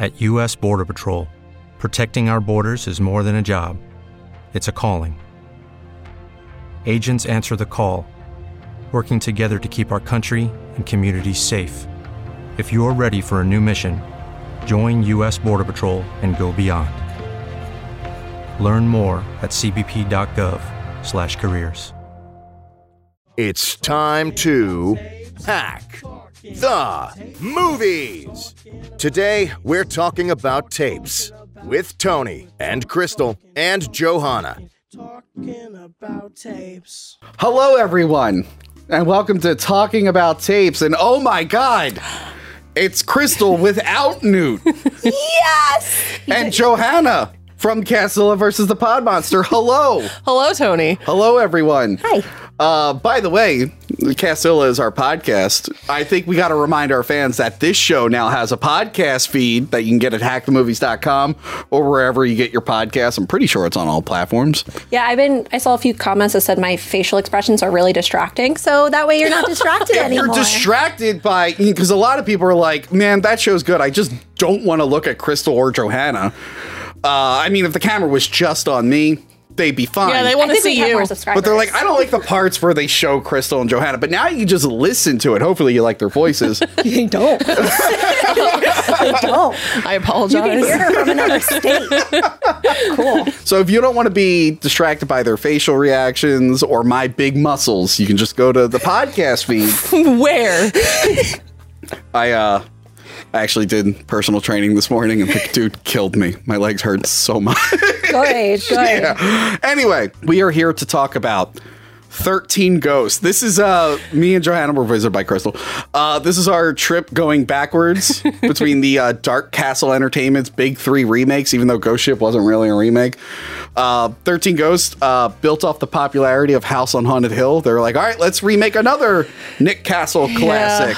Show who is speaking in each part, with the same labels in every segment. Speaker 1: At U.S. Border Patrol, protecting our borders is more than a job, it's a calling. Agents answer the call, working together to keep our country and communities safe. If you are ready for a new mission, join U.S. Border Patrol and go beyond. Learn more at cbp.gov/careers.
Speaker 2: It's time to hack the movies. Today, we're talking about tapes with Tony and Crystal and Johanna.
Speaker 3: Talking about tapes.
Speaker 4: Hello, everyone, and welcome to Talking About Tapes. And oh my God, it's Crystal without Newt
Speaker 5: Yes.
Speaker 4: and Johanna from Castle versus the Pod Monster. Hello,
Speaker 6: Hello, Tony.
Speaker 4: hello, everyone.
Speaker 5: Hi.
Speaker 4: Uh, by the way, Castilla is our podcast. I think we got to remind our fans that this show now has a podcast feed that you can get at hackthemovies.com or wherever you get your podcasts. I'm pretty sure it's on all platforms.
Speaker 5: Yeah, I've been. I saw a few comments that said my facial expressions are really distracting. So that way you're not distracted
Speaker 4: if
Speaker 5: anymore.
Speaker 4: you're distracted by because a lot of people are like man that show's good i just don't want to look at crystal or johanna uh, i mean if the camera was just on me they'd be fine
Speaker 6: Yeah, they
Speaker 5: I
Speaker 6: want to
Speaker 5: think we
Speaker 6: see
Speaker 5: have
Speaker 6: you.
Speaker 5: more
Speaker 4: but
Speaker 5: subscribers.
Speaker 4: they're like i don't like the parts where they show crystal and johanna but now you can just listen to it hopefully you like their voices
Speaker 5: you don't. you don't.
Speaker 6: I
Speaker 5: You can hear
Speaker 6: apologize.
Speaker 5: her from another state. Cool.
Speaker 4: so if you don't want to be distracted by their facial reactions or my big muscles you can just go to the podcast feed
Speaker 6: Where?
Speaker 4: I uh I actually did personal training this morning and the dude killed me. My legs hurt so much.
Speaker 5: Good. Good.
Speaker 4: anyway, we are here to talk about 13 Ghosts. This is uh me and Johanna were visited by Crystal. Uh this is our trip going backwards between the uh, Dark Castle Entertainment's big 3 remakes even though Ghost Ship wasn't really a remake. Uh 13 Ghosts uh built off the popularity of House on Haunted Hill. They were like, "All right, let's remake another Nick Castle classic."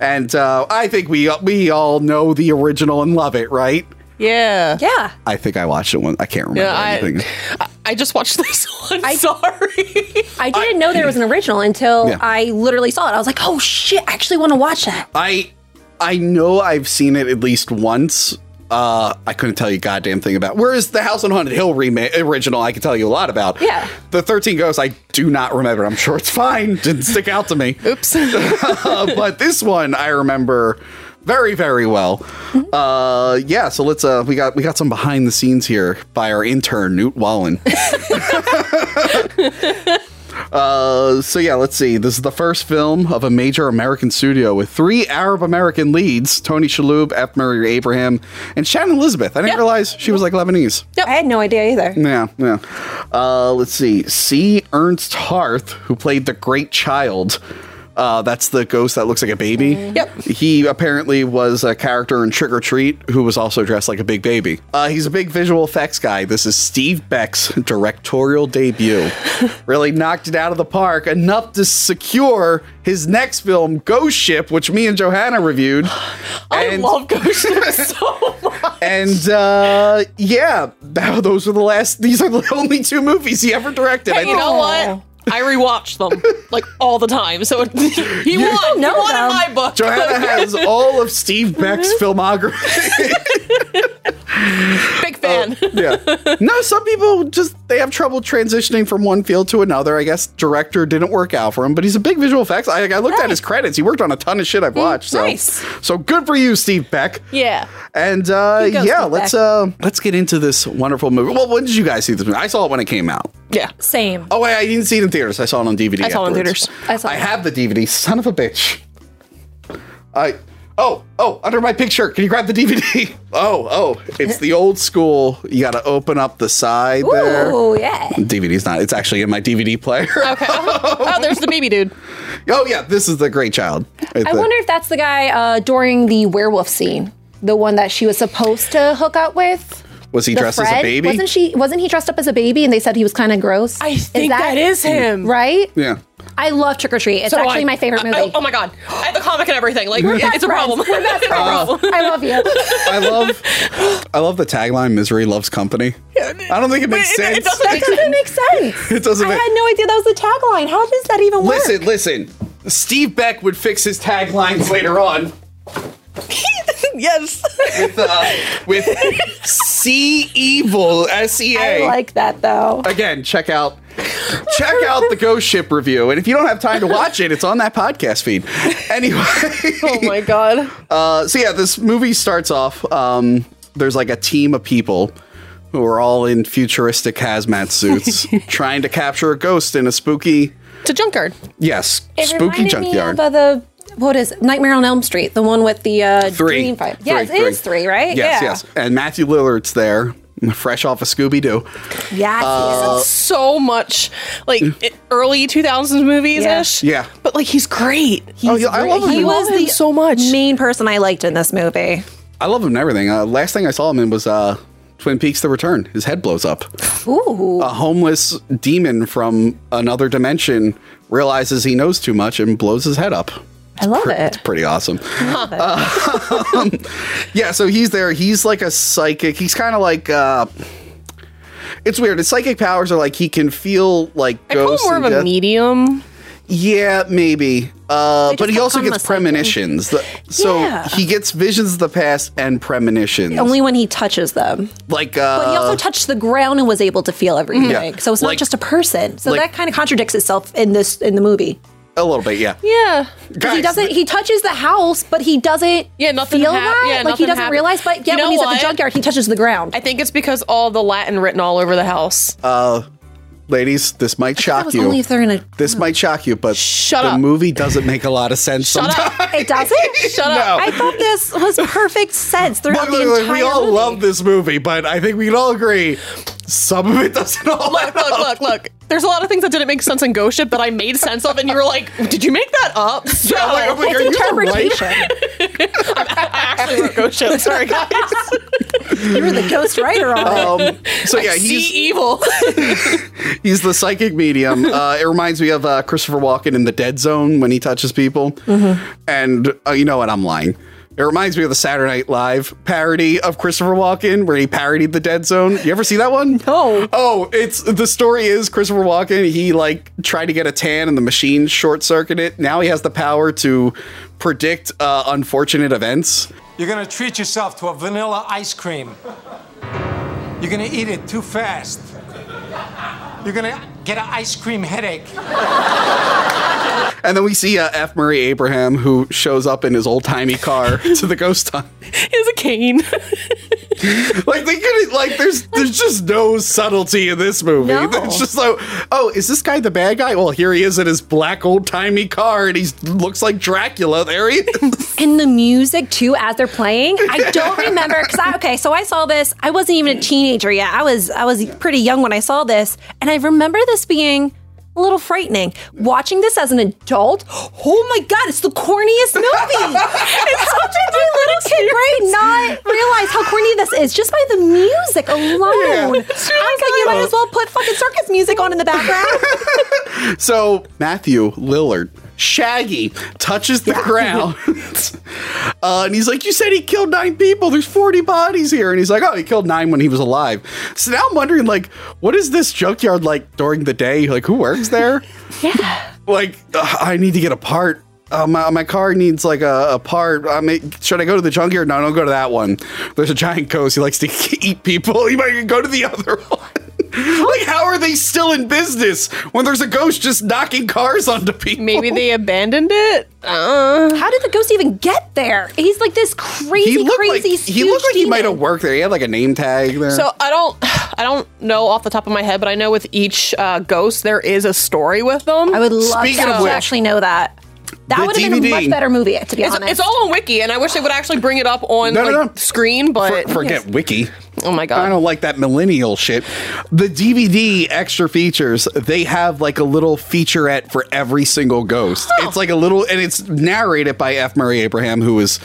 Speaker 4: And uh, I think we we all know the original and love it, right?
Speaker 6: Yeah.
Speaker 5: Yeah.
Speaker 4: I think I watched it once. I can't remember
Speaker 6: Yeah, I,
Speaker 4: anything.
Speaker 6: I I just watched this one. I, sorry.
Speaker 5: I didn't know there was an original until
Speaker 4: Yeah.
Speaker 5: I literally saw it. I was like, oh shit, I actually want to watch that.
Speaker 4: I I know I've seen it at least once. Uh, I couldn't tell you a goddamn thing about. Whereas the House on Haunted Hill remake original, I can tell you a lot about.
Speaker 5: Yeah.
Speaker 4: the Thirteen Ghosts, I do not remember. I'm sure it's fine. Didn't stick out to me.
Speaker 6: Oops.
Speaker 4: Uh, but this one I remember very very well. Uh, yeah, so let's. Uh, we got we got some behind the scenes here by our intern Newt Wallen. Uh, so yeah, let's see. This is the first film of a major American studio with three Arab American leads: Tony Shalhoub, F. Murray Abraham, and Shannon Elizabeth. I didn't realize she was like Lebanese.
Speaker 5: I had no idea either.
Speaker 4: Yeah, yeah. Uh, let's see. C. Ernst Harth, who played the Great Child. Uh, that's the ghost that looks like a baby.
Speaker 6: Mm. Yep.
Speaker 4: He apparently was a character in Trick or Treat who was also dressed like a big baby. Uh, he's a big visual effects guy. This is Steve Beck's directorial debut. really knocked it out of the park, enough to secure his next film, Ghost Ship, which me and Johanna reviewed.
Speaker 6: I
Speaker 4: And-
Speaker 6: love Ghost Ship so much.
Speaker 4: and uh, yeah, th- those were the last. These are the only two movies he ever directed. I
Speaker 6: You
Speaker 4: think-
Speaker 6: know what? I rewatch them like all the time. So he won.
Speaker 5: know
Speaker 6: he won
Speaker 5: them. Mm-hmm.
Speaker 6: in my book.
Speaker 4: Johanna has all of Steve Beck's filmography.
Speaker 6: Big fan.
Speaker 4: yeah. No, some people just they have trouble transitioning from one field to another. I guess director didn't work out for him, but he's a big visual effects. I, I looked at his credits. He worked on a ton of
Speaker 5: Mm,
Speaker 4: shit I've watched. So,
Speaker 6: nice.
Speaker 4: so good for you, Steve Beck.
Speaker 6: yeah.
Speaker 4: And uh,
Speaker 5: goes
Speaker 4: yeah,
Speaker 5: with
Speaker 4: let's
Speaker 5: Beck.
Speaker 4: uh, let's get into this wonderful movie. Well, when did you guys see this movie? I saw it when it came out.
Speaker 6: Yeah.
Speaker 5: Same.
Speaker 4: Oh, wait, I didn't see it in theaters. I saw it on DVD.
Speaker 6: I saw it in
Speaker 4: afterwards.
Speaker 6: theaters.
Speaker 5: I saw
Speaker 4: I
Speaker 5: it.
Speaker 4: have the DVD. Son of a bitch. I. Oh, oh, under my picture. Can you grab the DVD? Oh, oh, it's the old school. You got to open up the side there.
Speaker 5: Oh yeah.
Speaker 4: DVD's not. It's actually in my DVD player.
Speaker 6: Okay. Oh, there's the baby dude.
Speaker 4: oh yeah, this is the Great Child.
Speaker 5: I wonder if that's the guy uh, during the werewolf scene. the one that she was supposed to hook up with.
Speaker 4: Was he
Speaker 5: the
Speaker 4: dressed as a
Speaker 5: Fred?
Speaker 4: baby?
Speaker 5: Wasn't she? Wasn't he dressed up as a baby? And they said he was kind of gross.
Speaker 3: I think that is him.
Speaker 5: right.
Speaker 4: yeah.
Speaker 5: I love Trick or Treat. It's
Speaker 6: So
Speaker 5: actually
Speaker 6: I-
Speaker 5: my favorite
Speaker 6: I-
Speaker 5: movie.
Speaker 6: I- oh my god, I have the comic and everything. Like it's a problem. It's a problem.
Speaker 5: I love you.
Speaker 4: Uh, I love I love the tagline misery loves company. I don't think it makes
Speaker 6: It- it-
Speaker 4: sense.
Speaker 6: it doesn't make
Speaker 5: That doesn't make sense.
Speaker 4: It doesn't
Speaker 5: I
Speaker 4: make-
Speaker 5: had no idea that was the tagline. How does that even work?
Speaker 4: listen, listen. Steve Beck would fix his taglines later on
Speaker 6: yes.
Speaker 4: with uh, with C evil S E
Speaker 5: I
Speaker 4: A.
Speaker 5: like that though.
Speaker 4: Again, check out check out the Ghost Ship review, and if you don't have time to watch it, it's on that podcast feed. Anyway,
Speaker 6: Oh my god.
Speaker 4: Uh, so yeah, this movie starts off. Um, there's like a team of people who are all in futuristic hazmat suits, trying to capture a ghost in a spooky,
Speaker 6: It's a junkyard.
Speaker 4: yes,
Speaker 5: It
Speaker 4: spooky
Speaker 5: reminded
Speaker 4: junkyard.
Speaker 5: Me of, uh, the what is it? Nightmare on Elm Street? The one with the uh,
Speaker 4: Three.
Speaker 5: dream fight.
Speaker 4: Three,
Speaker 5: Yes, it is
Speaker 4: three.
Speaker 5: three, right?
Speaker 4: Yes,
Speaker 5: yeah.
Speaker 4: yes. And Matthew Lillard's there, fresh off of Scooby Doo.
Speaker 5: Yes,
Speaker 4: Uh,
Speaker 6: so much like it, early 2000s movies ish.
Speaker 4: Yeah. Yeah.
Speaker 6: But like he's great. He's
Speaker 4: yeah, I love
Speaker 6: great.
Speaker 4: him.
Speaker 6: He
Speaker 4: I
Speaker 6: was the so much.
Speaker 5: main person I liked in this movie.
Speaker 4: I love him and everything. Uh, last thing I saw him in was uh, Twin Peaks: The Return. His head blows up.
Speaker 5: Ooh,
Speaker 4: A homeless demon from another dimension realizes he knows too much and blows his head up.
Speaker 5: I love
Speaker 4: Pre- It's
Speaker 5: it.
Speaker 4: pretty awesome. Yeah, so he's there. He's like a psychic. He's kind of like uh It's weird. His psychic powers are like he can feel like
Speaker 6: I call him
Speaker 4: ghosts.
Speaker 6: more of
Speaker 4: and
Speaker 6: a
Speaker 4: death-
Speaker 6: medium.
Speaker 4: Yeah, maybe. Uh,
Speaker 5: just
Speaker 4: but he also
Speaker 5: become a
Speaker 4: gets
Speaker 5: psychic.
Speaker 4: premonitions. The- so
Speaker 5: Yeah.
Speaker 4: he gets visions of the past and premonitions.
Speaker 5: Only when he touches them.
Speaker 4: like uh,
Speaker 5: But he also touched the ground and was able to feel everything.
Speaker 4: Yeah.
Speaker 5: So it's
Speaker 4: Like-
Speaker 5: not just a person. So
Speaker 4: like-
Speaker 5: that kind of contradicts itself in this in the movie.
Speaker 4: a little bit, yeah.
Speaker 6: Yeah.
Speaker 5: Because he
Speaker 4: Guys,
Speaker 5: doesn't. He touches the house, but he doesn't.
Speaker 6: Yeah, nothing
Speaker 5: feel
Speaker 6: hap-
Speaker 5: that.
Speaker 6: yeah,
Speaker 5: like he
Speaker 6: nothing
Speaker 5: doesn't
Speaker 6: happened.
Speaker 5: realize. But yet,
Speaker 6: You know
Speaker 5: when he's at
Speaker 6: what?
Speaker 5: the junkyard, he touches the ground.
Speaker 6: I think it's because all the Latin written all over the house.
Speaker 4: Uh. ladies, this might
Speaker 5: that
Speaker 4: shock
Speaker 5: was
Speaker 4: you.
Speaker 5: only if they're in a.
Speaker 4: this might shock you, but
Speaker 6: Shut
Speaker 4: the
Speaker 6: up.
Speaker 4: movie doesn't make a lot of sense sometimes.
Speaker 5: It doesn't.
Speaker 6: Shut up.
Speaker 5: I thought this was perfect sense throughout
Speaker 4: Look, look,
Speaker 5: the
Speaker 4: look,
Speaker 5: entire
Speaker 4: we all
Speaker 5: movie.
Speaker 4: love this movie, but I think we can all agree some of it doesn't all
Speaker 6: Look, look, look, look. There's a lot of things that didn't make sense in Ghost Ship that I made sense of, and you were like, "Did you make that up?" So
Speaker 4: like, oh I'm like,
Speaker 5: It's
Speaker 4: are you the right
Speaker 5: interpretation.
Speaker 6: actually wrote Ghost Ship. Sorry, guys.
Speaker 5: you were the ghost writer on it.
Speaker 4: Um, so yeah,
Speaker 6: See
Speaker 4: he's
Speaker 6: evil.
Speaker 4: he's the psychic medium. Uh, it reminds me of uh, Christopher Walken in the Dead Zone when he touches people. And uh, you know what? I'm lying. It reminds me of the Saturday Night Live parody of Christopher Walken where he parodied the Dead Zone. You ever see that one?
Speaker 5: No.
Speaker 4: Oh, it's the story is Christopher Walken. He like tried to get a tan and the machine short circuited. Now he has the power to predict uh, unfortunate events.
Speaker 7: You're gonna treat yourself to a vanilla ice cream. You're gonna eat it too fast. You're gonna get an ice cream headache.
Speaker 4: And then we see uh, F. Murray Abraham, who shows up in his old timey car to the ghost hunt.
Speaker 6: He's a cane.
Speaker 4: Like they could like there's there's just no subtlety in this movie.
Speaker 5: No.
Speaker 4: It's just like, oh, is this guy the bad guy? Well, here he is in his black old timey car, and he looks like Dracula. There he is.
Speaker 5: And the music too, as they're playing. I don't remember because I okay. So I saw this. I wasn't even a teenager yet. I was I was pretty young when I saw this, and I remember this being a little frightening. Watching this as an adult, oh my god, it's the corniest movie. it's how did a little kid right not realize how corny this is just by the music alone? I was like, you might as well put fucking circus music on in the background.
Speaker 4: so Matthew Lillard. Shaggy touches the ground. uh, and he's like, You said he killed nine people. There's 40 bodies here. And he's like, Oh, he killed nine when he was alive. So now I'm wondering, like, what is this junkyard like during the day? Like, who works there?
Speaker 5: yeah.
Speaker 4: like ugh, I need to get a part. Uh, my, my car needs like a, a part. I mean, should I go to the junkyard? No, don't go to that one. There's a giant ghost. He likes to eat people. You might go to the other one. like, how are they still in business when there's a ghost just knocking cars onto people?
Speaker 6: Maybe they abandoned it. Uh,
Speaker 5: How did the ghost even get there? He's like this crazy,
Speaker 4: he looked
Speaker 5: crazy.
Speaker 4: like he looked
Speaker 5: huge
Speaker 4: like he might
Speaker 5: demon.
Speaker 4: have worked there. He had like a name tag there.
Speaker 6: so I don't, I don't know off the top of my head, but I know with each uh, ghost there is a story with them.
Speaker 5: I would love
Speaker 4: Speaking
Speaker 5: to
Speaker 4: of which-
Speaker 5: actually know that. That
Speaker 4: The
Speaker 5: would have been a
Speaker 4: DVD
Speaker 5: much better movie, to be
Speaker 6: It's,
Speaker 5: honest.
Speaker 6: it's all on Wiki, and I wish they would actually bring it up on
Speaker 4: No, no,
Speaker 6: like,
Speaker 4: no.
Speaker 6: screen. But
Speaker 4: For- forget Wiki.
Speaker 6: Oh my god.
Speaker 4: I don't like that millennial shit. The DVD extra features, they have like a little featurette for every single ghost. It's like a little, and it's narrated by F. Murray Abraham, who is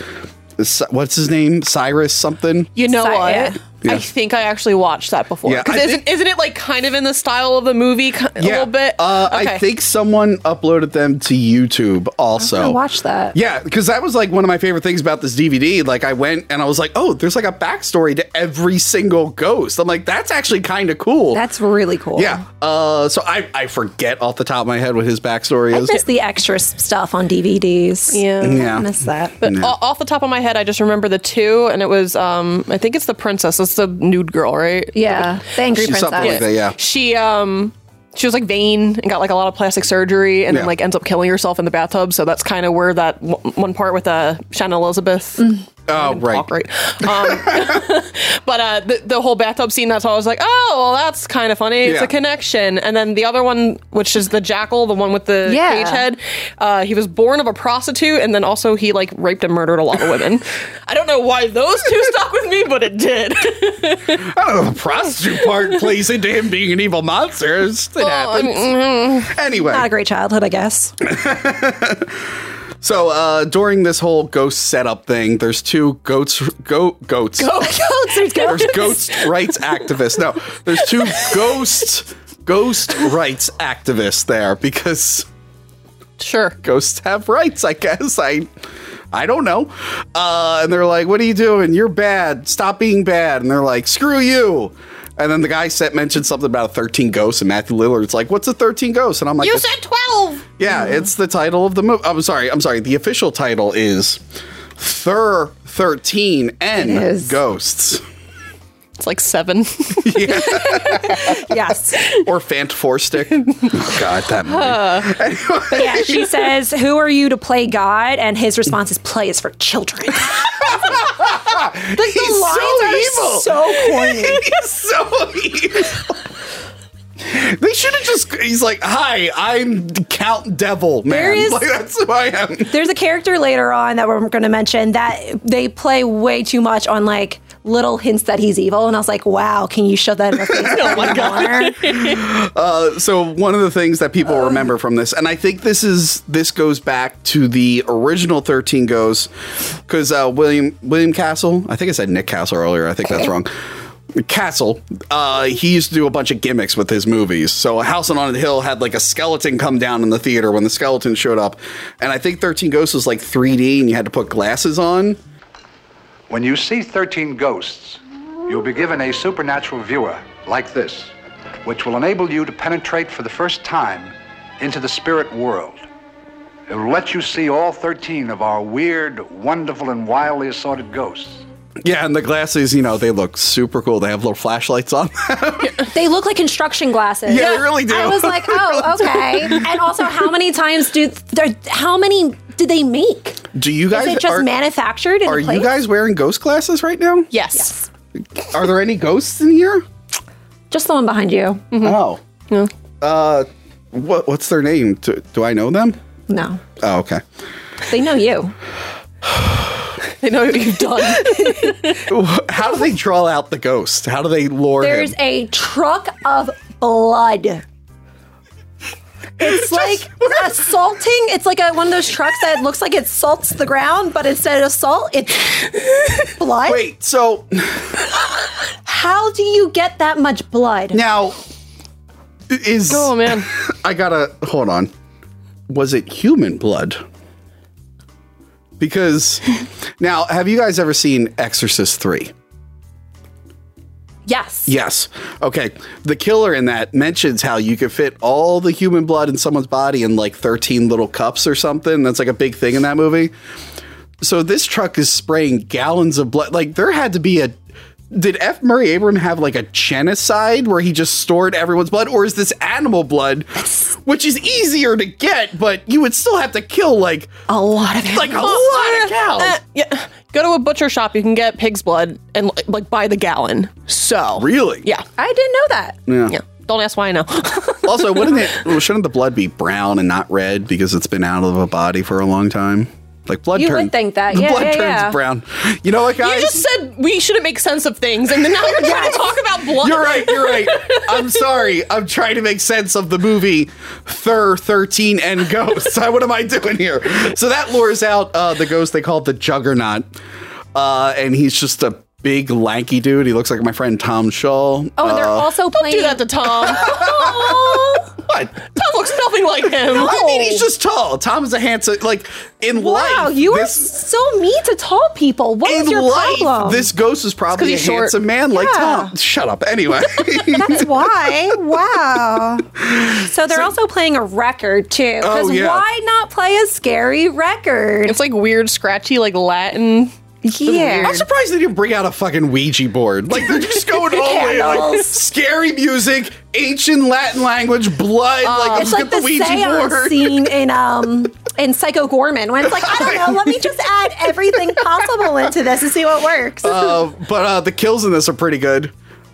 Speaker 4: S- What's his name? Cyrus something.
Speaker 6: You know
Speaker 5: Si-
Speaker 6: what?
Speaker 5: yeah.
Speaker 4: Yeah.
Speaker 6: I think I actually watched that before.
Speaker 4: Yeah,
Speaker 6: 'Cause
Speaker 4: I
Speaker 6: isn't,
Speaker 4: think-
Speaker 6: isn't it like kind of in the style of the movie ki- a little bit?
Speaker 4: Uh, I
Speaker 6: Okay.
Speaker 4: think someone uploaded them to YouTube also.
Speaker 5: I watched that.
Speaker 4: Yeah, because that was like one of my favorite things about this DVD. Like, I went and I was like, oh, there's like a backstory to every single ghost. I'm like, that's actually kind of cool.
Speaker 5: That's really cool.
Speaker 4: yeah. Uh, so I, I forget off the top of my head what his backstory
Speaker 5: I
Speaker 4: is.
Speaker 5: miss the extra s- stuff on DVDs.
Speaker 6: Yeah.
Speaker 4: Yeah.
Speaker 5: I miss that.
Speaker 6: But o- off the top of my head, I just remember the two, and it was um, I think it's the princess. That's the nude girl, right?
Speaker 5: yeah, the Angry
Speaker 4: She's
Speaker 5: Princess.
Speaker 4: something like that. Yeah.
Speaker 6: She um, she was like vain and got like a lot of plastic surgery, and
Speaker 4: Yeah.
Speaker 6: then like ends up killing herself in the bathtub. So that's kind of where that w- one part with uh, Shannon Elizabeth.
Speaker 4: Oh, right.
Speaker 6: talk right. Um, but uh, the, the whole bathtub scene, that's all I was like, oh, well, that's kind of funny. It's
Speaker 4: Yeah.
Speaker 6: a connection. And then the other one, which is the jackal, the one with the
Speaker 5: Yeah.
Speaker 6: cage head, uh, he was born of a prostitute, and then also he like raped and murdered a lot of women. I don't know why those two stuck with me, but it did.
Speaker 4: I don't know. Oh, The prostitute part plays into him being an evil monster. It's- It happens. Anyway.
Speaker 5: Oh, mm-hmm. Not a great childhood, I guess.
Speaker 4: So uh, during this whole ghost setup thing, there's two goats, go, goats,
Speaker 6: Oh,
Speaker 4: there's ghost rights activists. No, there's two ghost ghost rights activists there because
Speaker 6: sure.
Speaker 4: ghosts have rights. I guess I I don't know. Uh, and they're like, "What are you doing? You're bad. Stop being bad." And they're like, "Screw you." And then the guy said mentioned something about a 13 ghosts, and Matthew Lillard's like, "What's a 13 ghosts?" And I'm like,
Speaker 6: You
Speaker 4: "It's-
Speaker 6: said 12.
Speaker 4: yeah,
Speaker 5: Mm-hmm.
Speaker 4: it's the title of the movie. I'm sorry. I'm sorry. The official title is Thur 13 N
Speaker 5: is.
Speaker 4: Ghosts
Speaker 6: It's like seven.
Speaker 5: yes.
Speaker 4: or Fant Four Stick. oh, God, that movie.
Speaker 5: But yeah, she says, Who are you to play God? And his response is, Play is for children.
Speaker 4: He's
Speaker 5: the lines are so corny.
Speaker 4: He's so evil. They should have just. He's like, "Hi, I'm Count Devil, man.
Speaker 5: There is-
Speaker 4: like that's who I am."
Speaker 5: There's a character later on that we're going to mention that they play way too much on like little hints that he's evil. And I was like, Wow, can you shove that in the face? oh my God.
Speaker 4: so one of the things that people remember from this, and I think this is this goes back to the original Thirteen Goes, because uh, William William Castle, I think I said Nick Castle earlier. I think that's wrong. Castle, uh, he used to do a bunch of gimmicks with his movies. So House on Haunted Hill had like a skeleton come down in the theater when the skeleton showed up, and I think Thirteen Ghosts was like 3D, and you had to put glasses on.
Speaker 8: When you see 13 ghosts, you'll be given a supernatural viewer like this, which will enable you to penetrate for the first time into the spirit world. It will let you see all 13 of our weird, wonderful, and wildly assorted ghosts.
Speaker 4: Yeah, and the glasses, you know, they look super cool. They have little flashlights on.
Speaker 5: They look like construction glasses.
Speaker 4: Yeah, they really do.
Speaker 5: I was like, Oh, okay. And also, how many times do there, how many did they make?
Speaker 4: do you guys
Speaker 5: Is it just
Speaker 4: are-
Speaker 5: manufactured in a
Speaker 4: Are you
Speaker 5: place?
Speaker 4: guys wearing ghost glasses right now?
Speaker 6: Yes.
Speaker 4: Are there any ghosts in here?
Speaker 5: Just the one behind you.
Speaker 4: Oh. Uh, what what's their name? Do, do I know them?
Speaker 5: No.
Speaker 4: Oh, okay.
Speaker 5: They know you.
Speaker 6: They know what you've done.
Speaker 4: How do they draw out the ghost? How do they lure
Speaker 5: There's
Speaker 4: him?
Speaker 5: a truck of blood. It's like assaulting. It's like a, one of those trucks that looks like it salts the ground, but instead of salt, it's blood.
Speaker 4: Wait, so
Speaker 5: How do you get that much blood?
Speaker 4: now is
Speaker 6: oh, man.
Speaker 4: I gotta hold on. Was it human blood? Because now, have you guys ever seen Exorcist three?
Speaker 5: Yes.
Speaker 4: Yes. Okay. The killer in that mentions how you could fit all the human blood in someone's body in like 13 little cups or something. That's like a big thing in that movie. So this truck is spraying gallons of blood. Like there had to be a. Did F. Murray Abram have like a genocide where he just stored everyone's blood? Or is this animal blood, which is easier to get, but you would still have to kill like
Speaker 6: Um,
Speaker 5: A lot of
Speaker 4: like a lot of cows?
Speaker 6: Uh, yeah. Go to a butcher shop. You can get pig's blood and like by the gallon. So
Speaker 4: really?
Speaker 6: yeah,
Speaker 5: I didn't know that.
Speaker 6: yeah. Don't ask why I know.
Speaker 4: also, wouldn't it? well, Shouldn't the blood be brown and not red because it's been out of a body for a long time? Like blood.
Speaker 5: You
Speaker 4: turn-
Speaker 5: would think that.
Speaker 4: the
Speaker 5: Yeah,
Speaker 4: blood
Speaker 5: yeah,
Speaker 4: turns
Speaker 5: yeah.
Speaker 4: brown. You know what, guys?
Speaker 6: you just said we shouldn't make sense of things, and then now you're trying to talk about blood.
Speaker 4: You're right. You're right. I'm sorry. I'm trying to make sense of the movie Thur 13 and Ghosts. what am I doing here? So that lures out uh, the ghost they call the Juggernaut. Uh, and he's just a big lanky dude. He looks like my friend Tom Shaw.
Speaker 5: Oh, and they're
Speaker 4: Uh,
Speaker 5: also
Speaker 6: Don't
Speaker 5: playing.
Speaker 6: do that to Tom. Tom
Speaker 4: What?
Speaker 6: looks nothing like him.
Speaker 4: I mean, he's just tall. Tom is a handsome. Like in
Speaker 5: wow,
Speaker 4: life,
Speaker 5: you are
Speaker 4: this-
Speaker 5: so mean to tall people. What is
Speaker 4: in
Speaker 5: your
Speaker 4: life,
Speaker 5: problem?
Speaker 4: this ghost is probably a
Speaker 6: he's short.
Speaker 4: handsome man like
Speaker 5: Yeah.
Speaker 4: Tom. Shut up. Anyway,
Speaker 9: That's why. Wow.
Speaker 5: so they're also playing a record too. Because
Speaker 4: Oh, yeah.
Speaker 5: why not play a scary record?
Speaker 6: It's like weird, scratchy, like Latin.
Speaker 4: I'm
Speaker 5: yeah.
Speaker 4: surprised they didn't bring out a fucking Ouija board. Like they're just going all in, like
Speaker 5: Candles.
Speaker 4: scary music, ancient Latin language, blood. like
Speaker 5: Uh,
Speaker 4: let's
Speaker 5: It's like
Speaker 4: Um, get
Speaker 5: the,
Speaker 4: the Ouija
Speaker 5: seance
Speaker 4: board.
Speaker 5: scene in um in Psycho Gorman when it's like, I don't know, let me just add everything possible into this and see what works.
Speaker 4: Uh, but uh, the kills in this are pretty good.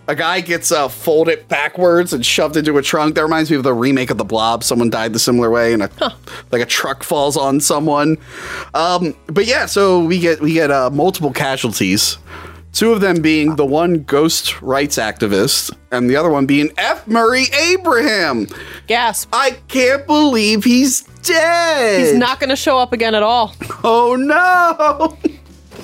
Speaker 4: A guy gets uh, folded backwards and shoved into a trunk. That reminds me of the remake of The Blob. Someone died the similar way, and a, like a truck falls on someone. Um, but yeah, so we get we get uh, multiple casualties. Two of them being the one ghost rights activist, and the other one being F. Murray Abraham.
Speaker 6: Gasp.
Speaker 4: I can't believe he's dead.
Speaker 6: He's not going to show up again at all.
Speaker 4: Oh no!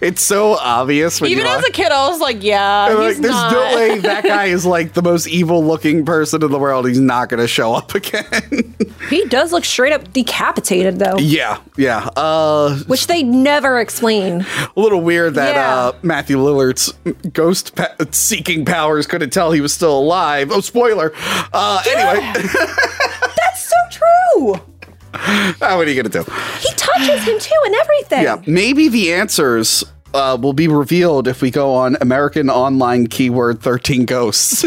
Speaker 4: it's so obvious. When
Speaker 6: Even
Speaker 4: you
Speaker 6: as a kid, I was like, yeah,
Speaker 4: I'm like,
Speaker 6: he's
Speaker 4: there's
Speaker 6: not.
Speaker 4: no way that guy is like the most evil looking person in the world. He's not going to show up again.
Speaker 5: He does look straight up decapitated though.
Speaker 4: yeah, yeah. Uh,
Speaker 5: Which they never explain.
Speaker 4: a little weird that
Speaker 5: Yeah.
Speaker 4: uh, Matthew Lillard's ghost pa- seeking powers couldn't tell he was still alive. Oh, spoiler. Uh, Anyway,
Speaker 5: So true.
Speaker 4: ah, what are you going to do?
Speaker 5: He touches him too and everything.
Speaker 4: Yeah, maybe the answers. Uh, will be revealed if we go on American Online keyword 13 Ghosts.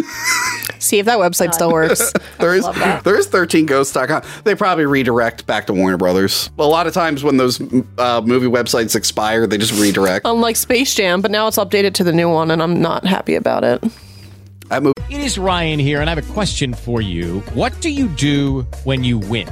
Speaker 6: See if that website still works.
Speaker 4: there is there is 13ghosts.com. They probably redirect back to Warner Brothers. A lot of times when those uh, movie websites expire, they just redirect.
Speaker 6: Unlike Space Jam, but now it's updated to the new one, and I'm not happy about it.
Speaker 4: That movie
Speaker 10: It is Ryan here, and I have a question for you. What do you do when you win?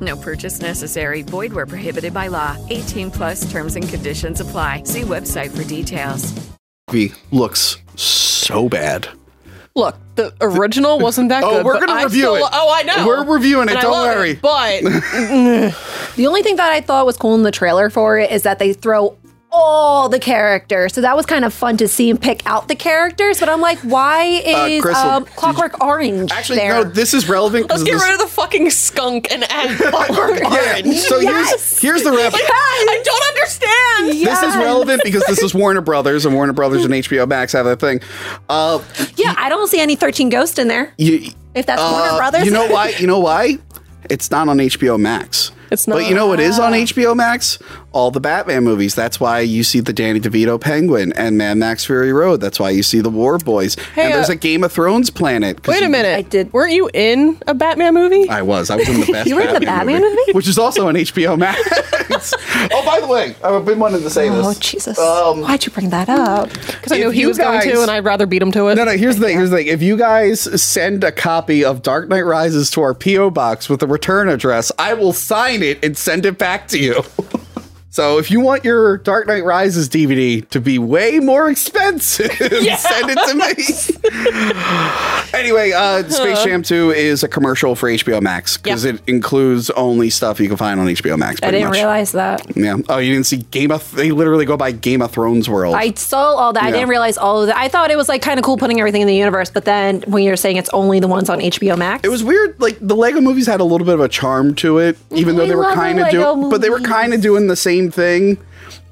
Speaker 9: No purchase necessary. Void where prohibited by law. 18 plus terms and conditions apply. See website for details.
Speaker 4: looks so bad.
Speaker 6: Look, the original wasn't that
Speaker 4: Oh,
Speaker 6: good.
Speaker 4: we're
Speaker 6: but
Speaker 4: gonna
Speaker 6: I
Speaker 4: review
Speaker 6: still-
Speaker 4: it.
Speaker 6: Oh, I know.
Speaker 4: We're reviewing it,
Speaker 6: And I
Speaker 4: don't
Speaker 6: love
Speaker 4: worry.
Speaker 6: but
Speaker 5: The only thing that I thought was cool in the trailer for it is that they throw all the characters. So that was kind of fun to see and pick out the characters. But I'm like, why is
Speaker 4: Uh, Crystal,
Speaker 5: um,
Speaker 4: did you-
Speaker 5: Clockwork Orange
Speaker 4: Actually,
Speaker 5: there?
Speaker 4: no, this is relevant
Speaker 6: let's
Speaker 4: because
Speaker 6: get rid of the fucking skunk and add Clockwork
Speaker 4: yeah.
Speaker 6: Orange.
Speaker 4: So
Speaker 5: Yes!
Speaker 4: here's here's the ref.
Speaker 6: Like, I don't understand.
Speaker 4: This is
Speaker 5: Yes.
Speaker 4: relevant because this is Warner Brothers, and Warner Brothers and HBO Max have that thing. Uh,
Speaker 5: yeah, I don't see any 13 Ghosts in there.
Speaker 4: you,
Speaker 5: If that's
Speaker 4: Uh,
Speaker 5: Warner Brothers.
Speaker 4: You know why? You know why? It's not on HBO Max.
Speaker 6: It's
Speaker 4: But
Speaker 6: not.
Speaker 4: you know what is on HBO Max? All the Batman movies. That's why you see the Danny DeVito Penguin and Mad Max Fury Road. That's why you see the War Boys. and
Speaker 6: uh,
Speaker 4: there's a Game of Thrones planet. 'cause
Speaker 6: Wait a
Speaker 4: you-
Speaker 6: minute.
Speaker 5: I did-
Speaker 6: Weren't you in a Batman movie?
Speaker 4: I was. I was in the best.
Speaker 5: You were in the Batman movie?
Speaker 4: which is also on HBO Max. oh, by the way, I've been wanting to say this.
Speaker 5: Oh, Jesus.
Speaker 4: Um,
Speaker 5: Why'd you bring that up?
Speaker 6: Because I knew
Speaker 4: if
Speaker 6: he
Speaker 4: you
Speaker 6: was going
Speaker 4: guys-
Speaker 6: to, and I'd rather beat him to it.
Speaker 4: No, no. Here's the thing. Here's the thing. If you guys send a copy of Dark Knight Rises to our PO box with the return address, I will sign it and send it back to you. so if you want your Dark Knight Rises DVD to be way more expensive, send it to me. anyway, uh, Space Jam 2 is a commercial for HBO Max because
Speaker 6: Yep.
Speaker 4: it includes only stuff you can find on HBO Max.
Speaker 5: I
Speaker 4: pretty
Speaker 5: didn't
Speaker 4: much.
Speaker 5: realize that.
Speaker 4: Yeah. Oh, you didn't see Game of? They literally go by Game of Thrones world.
Speaker 5: I saw all that. I
Speaker 4: Yeah.
Speaker 5: didn't realize all of that. I thought it was like kind of cool putting everything in the universe, but then when you're saying it's only the ones on HBO Max,
Speaker 4: It was weird. Like the Lego movies had a little bit of a charm to it, even though
Speaker 5: I
Speaker 4: they were
Speaker 5: love the
Speaker 4: kind of
Speaker 5: Lego
Speaker 4: doing, but they were
Speaker 5: movies.
Speaker 4: kind of doing the same thing.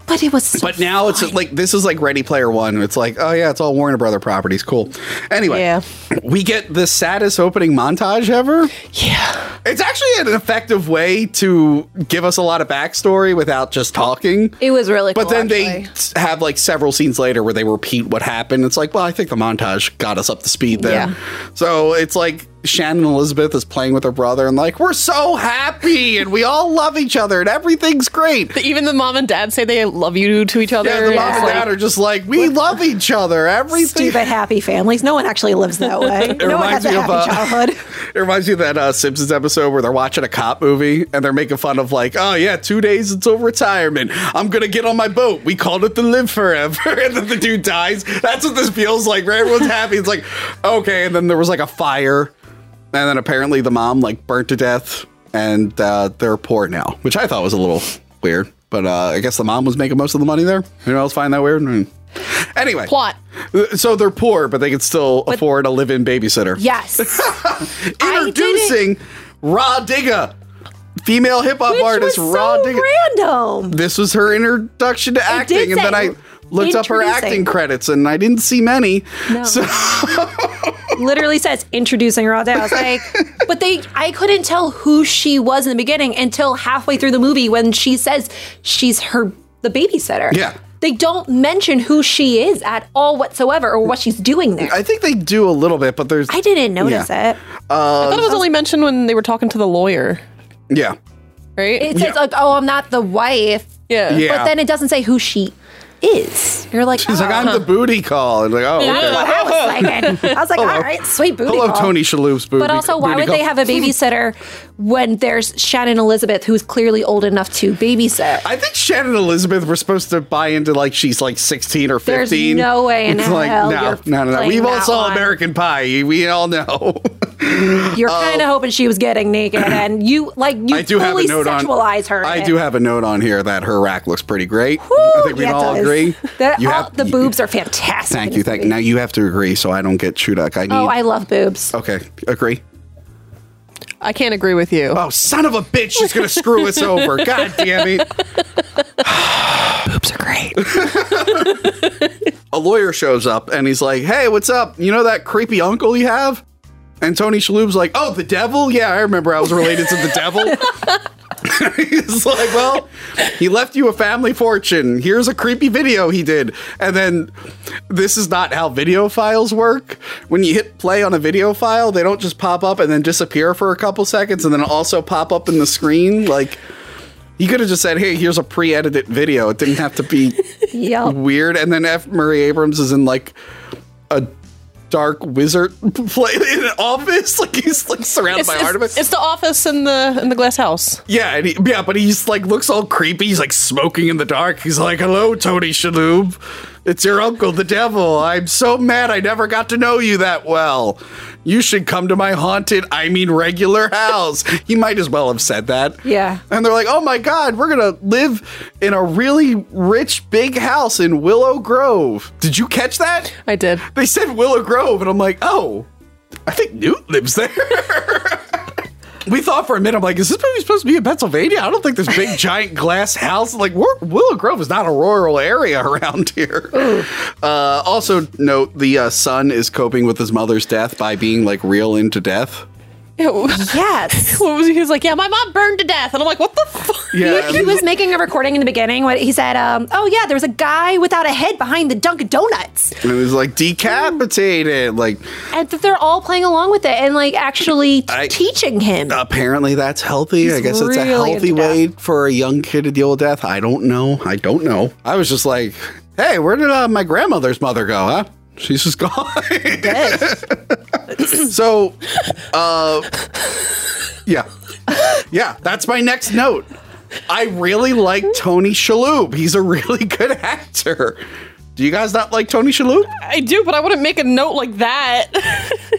Speaker 5: but But it was so
Speaker 4: but now it's like this is like Ready Player One. It's like, oh yeah, it's all Warner Brother properties. Cool. Anyway, we get the saddest opening montage ever. Yeah, it's actually an effective way to give us a lot of backstory without just talking.
Speaker 5: It was really
Speaker 4: But
Speaker 5: cool,
Speaker 4: then they
Speaker 5: actually.
Speaker 4: s- have like several scenes later where they repeat what happened. It's like, well, I think the montage got us up to speed there.
Speaker 5: Yeah.
Speaker 4: So it's like Shannon Elizabeth is playing with her brother and like, we're so happy and we all love each other and everything's great.
Speaker 6: Even the mom and dad say they love you to each other.
Speaker 4: Yeah, the mom
Speaker 6: It's
Speaker 4: and
Speaker 6: like-
Speaker 4: dad are just like, we love each other. Everything.
Speaker 5: Stupid happy families. No one actually lives that way.
Speaker 4: It
Speaker 5: no one
Speaker 4: reminds
Speaker 5: has a
Speaker 4: me of,
Speaker 5: happy
Speaker 4: uh,
Speaker 5: childhood.
Speaker 4: It reminds me of that uh, Simpsons episode where they're watching a cop movie and they're making fun of like, oh yeah, two days until retirement. I'm gonna get on my boat. We called it the live forever, and then the dude dies. That's what this feels like. Where everyone's happy. It's like, okay, and then there was like a fire, and then apparently the mom like burnt to death, and uh, they're poor now, which I thought was a little weird. But uh, I guess the mom was making most of the money there. Anyone else find that weird? Mm. Anyway, plot. So they're poor, but they can still afford a live-in babysitter.
Speaker 5: Yes.
Speaker 4: Introducing Ra Digga, female hip hop
Speaker 5: Which
Speaker 4: artist
Speaker 5: was
Speaker 4: Ra
Speaker 5: so
Speaker 4: Digga.
Speaker 5: random.
Speaker 4: This was her introduction to
Speaker 5: did
Speaker 4: acting, and then
Speaker 5: say
Speaker 4: I looked up her
Speaker 5: introducing.
Speaker 4: acting credits, and I didn't see many.
Speaker 5: No.
Speaker 4: So
Speaker 5: Literally says introducing her all day. I was like, but they, I couldn't tell who she was in the beginning until halfway through the movie when she says she's her the babysitter.
Speaker 4: Yeah.
Speaker 5: They don't mention who she is at all whatsoever or what she's doing there.
Speaker 4: I think they do a little bit, but there's
Speaker 5: I didn't notice it.
Speaker 6: I thought it
Speaker 4: Um,
Speaker 6: was only mentioned when they were talking to the lawyer,
Speaker 4: yeah.
Speaker 6: right?
Speaker 5: It says like, oh, I'm not the wife.
Speaker 6: Yeah.
Speaker 4: Yeah.
Speaker 5: But then it doesn't say who she is. You're like,
Speaker 4: She's like,
Speaker 5: oh.
Speaker 4: I'm the booty call. And like, oh,
Speaker 5: That's
Speaker 4: okay.
Speaker 5: what I was thinking. I was like, all right, sweet booty
Speaker 4: Hello,
Speaker 5: call.
Speaker 4: Tony Shalhoub's booty.
Speaker 5: But also, why
Speaker 4: booty
Speaker 5: would they
Speaker 4: call. Hmm.
Speaker 5: have a babysitter when there's Shannon Elizabeth, who's clearly old enough to babysit?
Speaker 4: I think Shannon Elizabeth were supposed to buy into like she's like 16 or
Speaker 5: There's
Speaker 4: 15.
Speaker 5: no way in
Speaker 4: It's like,
Speaker 5: hell
Speaker 4: no,
Speaker 5: you're
Speaker 4: no, no, no.
Speaker 5: playing
Speaker 4: We've all
Speaker 5: that
Speaker 4: saw
Speaker 5: line.
Speaker 4: American Pie. We all know.
Speaker 5: You're kind of hoping she was getting naked, and you like you
Speaker 4: Oh. I do have
Speaker 5: fully
Speaker 4: a note on.
Speaker 5: sexualize her.
Speaker 4: I do have a note on here that her rack looks pretty great.
Speaker 5: Whew,
Speaker 4: I think we
Speaker 5: yeah,
Speaker 4: can
Speaker 5: it
Speaker 4: all
Speaker 5: does.
Speaker 4: agree.
Speaker 5: The,
Speaker 4: You
Speaker 5: all-
Speaker 4: have-
Speaker 5: the boobs are fantastic.
Speaker 4: Thank
Speaker 5: in
Speaker 4: you.
Speaker 5: this
Speaker 4: Thank
Speaker 5: movie.
Speaker 4: now you have to agree so I don't get chewed up. I need.
Speaker 5: Oh, I love boobs.
Speaker 4: okay, agree.
Speaker 6: I can't agree with you.
Speaker 4: Oh, son of a bitch! She's gonna screw us over. God damn it.
Speaker 6: Boobs are great.
Speaker 4: a lawyer shows up and he's like, "Hey, what's up? You know that creepy uncle you have?" And Tony Shalhoub's like, "Oh, the devil? Yeah, I remember I was related to the devil." he's like, "Well, he left you a family fortune. Here's a creepy video he did." And then this is not how video files work. When you hit play on a video file, they don't just pop up and then disappear for a couple seconds and then also pop up in the screen like he could have just said, "Hey, here's a pre-edited video." It didn't have to be
Speaker 5: Yep.
Speaker 4: weird. And then F. Murray Abrams is in like a dark wizard play in an office, like he's like surrounded
Speaker 6: It's,
Speaker 4: by
Speaker 6: it's-
Speaker 4: artifacts.
Speaker 6: it's the office in the in the glass house.
Speaker 4: Yeah, and he, yeah, but he's like looks all creepy. He's like smoking in the dark. He's like, "Hello, Tony Shalhoub. It's your uncle, the devil. I'm so mad I never got to know you that well. You should come to my haunted, I mean regular house." he might as well have said that.
Speaker 5: Yeah.
Speaker 4: And they're like, "Oh my god, we're going to live in a really rich big house in Willow Grove." Did you catch that?
Speaker 6: I did.
Speaker 4: They said Willow Grove and I'm like, "Oh, I think Newt lives there." We thought for a minute, I'm like, is this movie supposed to be in Pennsylvania? I don't think this big giant glass house. Like, Wil- Willow Grove is not a rural area around here. Uh, also, note the uh, son is coping with his mother's death by being like real into death.
Speaker 5: Yes.
Speaker 6: what was he? he was like, yeah, my mom burned to death, and I'm like, what the fuck?
Speaker 4: Yeah.
Speaker 5: He, he was making a recording in the beginning. What he said, um, "Oh yeah, there was a guy without a head behind the Dunkin' Donuts,"
Speaker 4: And it was like decapitated. Like,
Speaker 5: and th- they're all playing along with it and like actually t- teaching him.
Speaker 4: uh, apparently that's healthy. I
Speaker 5: He's
Speaker 4: guess it's a
Speaker 5: really
Speaker 4: healthy
Speaker 5: into
Speaker 4: way for a young kid to deal with death. I don't know. I don't know. I was just like, hey, where did uh, my grandmother's mother go? Huh? She's just gone. so, uh, yeah, yeah. That's my next note. I really like Tony Shalhoub. He's a really good actor. Do you guys not like Tony Shalhoub?
Speaker 6: I do, but I wouldn't make a note like that.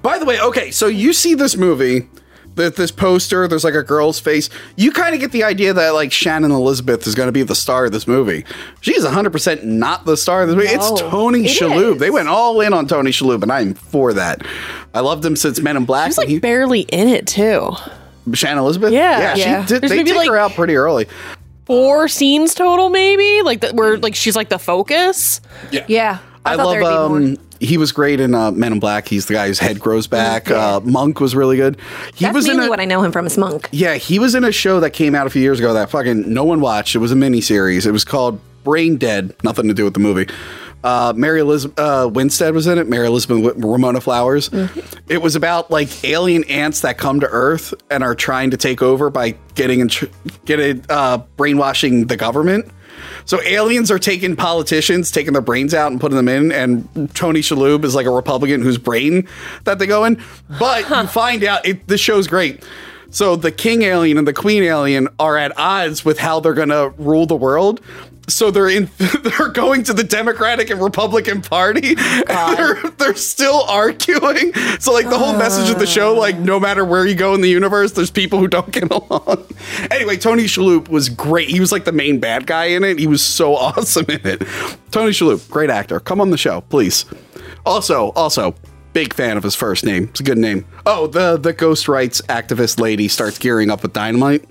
Speaker 4: By the way, okay, so you see this movie, that this poster, there's like a girl's face. You kind of get the idea that like Shannon Elizabeth is going to be the star of this movie. She's 100% not the star of this movie. it's
Speaker 11: No,
Speaker 4: Tony
Speaker 11: it
Speaker 4: Shalhoub. They went all in on Tony Shalhoub, and I'm for that. I loved him since Men in Black. She's like
Speaker 6: barely in it too.
Speaker 4: Shannon Elizabeth.
Speaker 6: Yeah.
Speaker 4: yeah.
Speaker 6: Yeah.
Speaker 4: She did,
Speaker 6: There's
Speaker 4: they
Speaker 6: maybe,
Speaker 4: took her out pretty early.
Speaker 6: four scenes total, maybe like that where like she's like the focus.
Speaker 4: Yeah,
Speaker 5: yeah.
Speaker 4: I,
Speaker 6: thought
Speaker 4: love
Speaker 6: there'd be more.
Speaker 4: um he was great in uh, Men in Black. He's the guy whose head grows
Speaker 6: Mm,
Speaker 4: back. Uh, Monk was really good. He
Speaker 5: That's
Speaker 4: was in
Speaker 5: mainly
Speaker 4: a,
Speaker 5: what I know him from is Monk.
Speaker 4: Yeah, he was in a show that came out a few years ago that fucking no one watched. It was a miniseries. It was called Brain Dead. Nothing to do with the movie. Uh, Mary Elizabeth uh, Winstead was in it. Mary Elizabeth Wi- Ramona Flowers. It was about like alien ants that come to Earth and are trying to take over by getting in tr- getting uh, brainwashing the government. So aliens are taking politicians, taking their brains out and putting them in, and Tony Shalhoub is like a Republican whose brain that they go in. But you find out it, this show's great. So the king alien and the queen alien are at odds with how they're going to rule the world. So they're in, they're going to the Democratic and Republican Party. And they're, they're still arguing. So like the whole message of the show, like no matter where you go in the universe, there's people who don't get along. Anyway, Tony Shalhoub was great. He was like the main bad guy in it. He was so awesome in it. Tony Shalhoub, great actor. Come on the show, please. Also, also, Big fan of his first name. It's a good name. Oh, the the ghost rights activist lady starts gearing up with dynamite.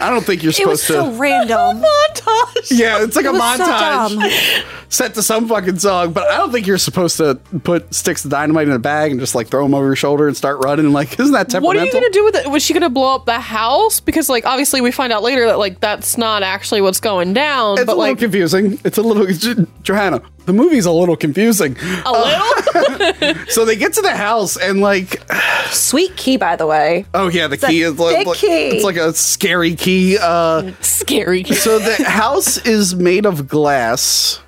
Speaker 4: I don't think you're
Speaker 5: It was
Speaker 4: supposed
Speaker 5: so
Speaker 4: to.
Speaker 5: random.
Speaker 6: montage.
Speaker 4: yeah, it's like
Speaker 5: It
Speaker 4: a
Speaker 5: was so dumb.
Speaker 4: montage set to some fucking song, but I don't think you're supposed to put sticks of dynamite in a bag and just like throw them over your shoulder and start running. Like, isn't that
Speaker 6: What
Speaker 4: temperamental?
Speaker 6: are you gonna do with it? Was she gonna blow up the house? Because like obviously we find out later that like that's not actually what's going down.
Speaker 4: It's
Speaker 6: but
Speaker 4: a little
Speaker 6: like
Speaker 4: confusing. It's a little J- Johanna. The movie's a little confusing. A little. so they get to the house and like
Speaker 5: sweet key, by the way.
Speaker 4: Oh yeah, the
Speaker 5: It's a
Speaker 4: key is like,
Speaker 5: big
Speaker 4: like-
Speaker 5: key.
Speaker 4: it's like a scary key. Uh,
Speaker 6: scary. Key.
Speaker 4: So the house is made of glass.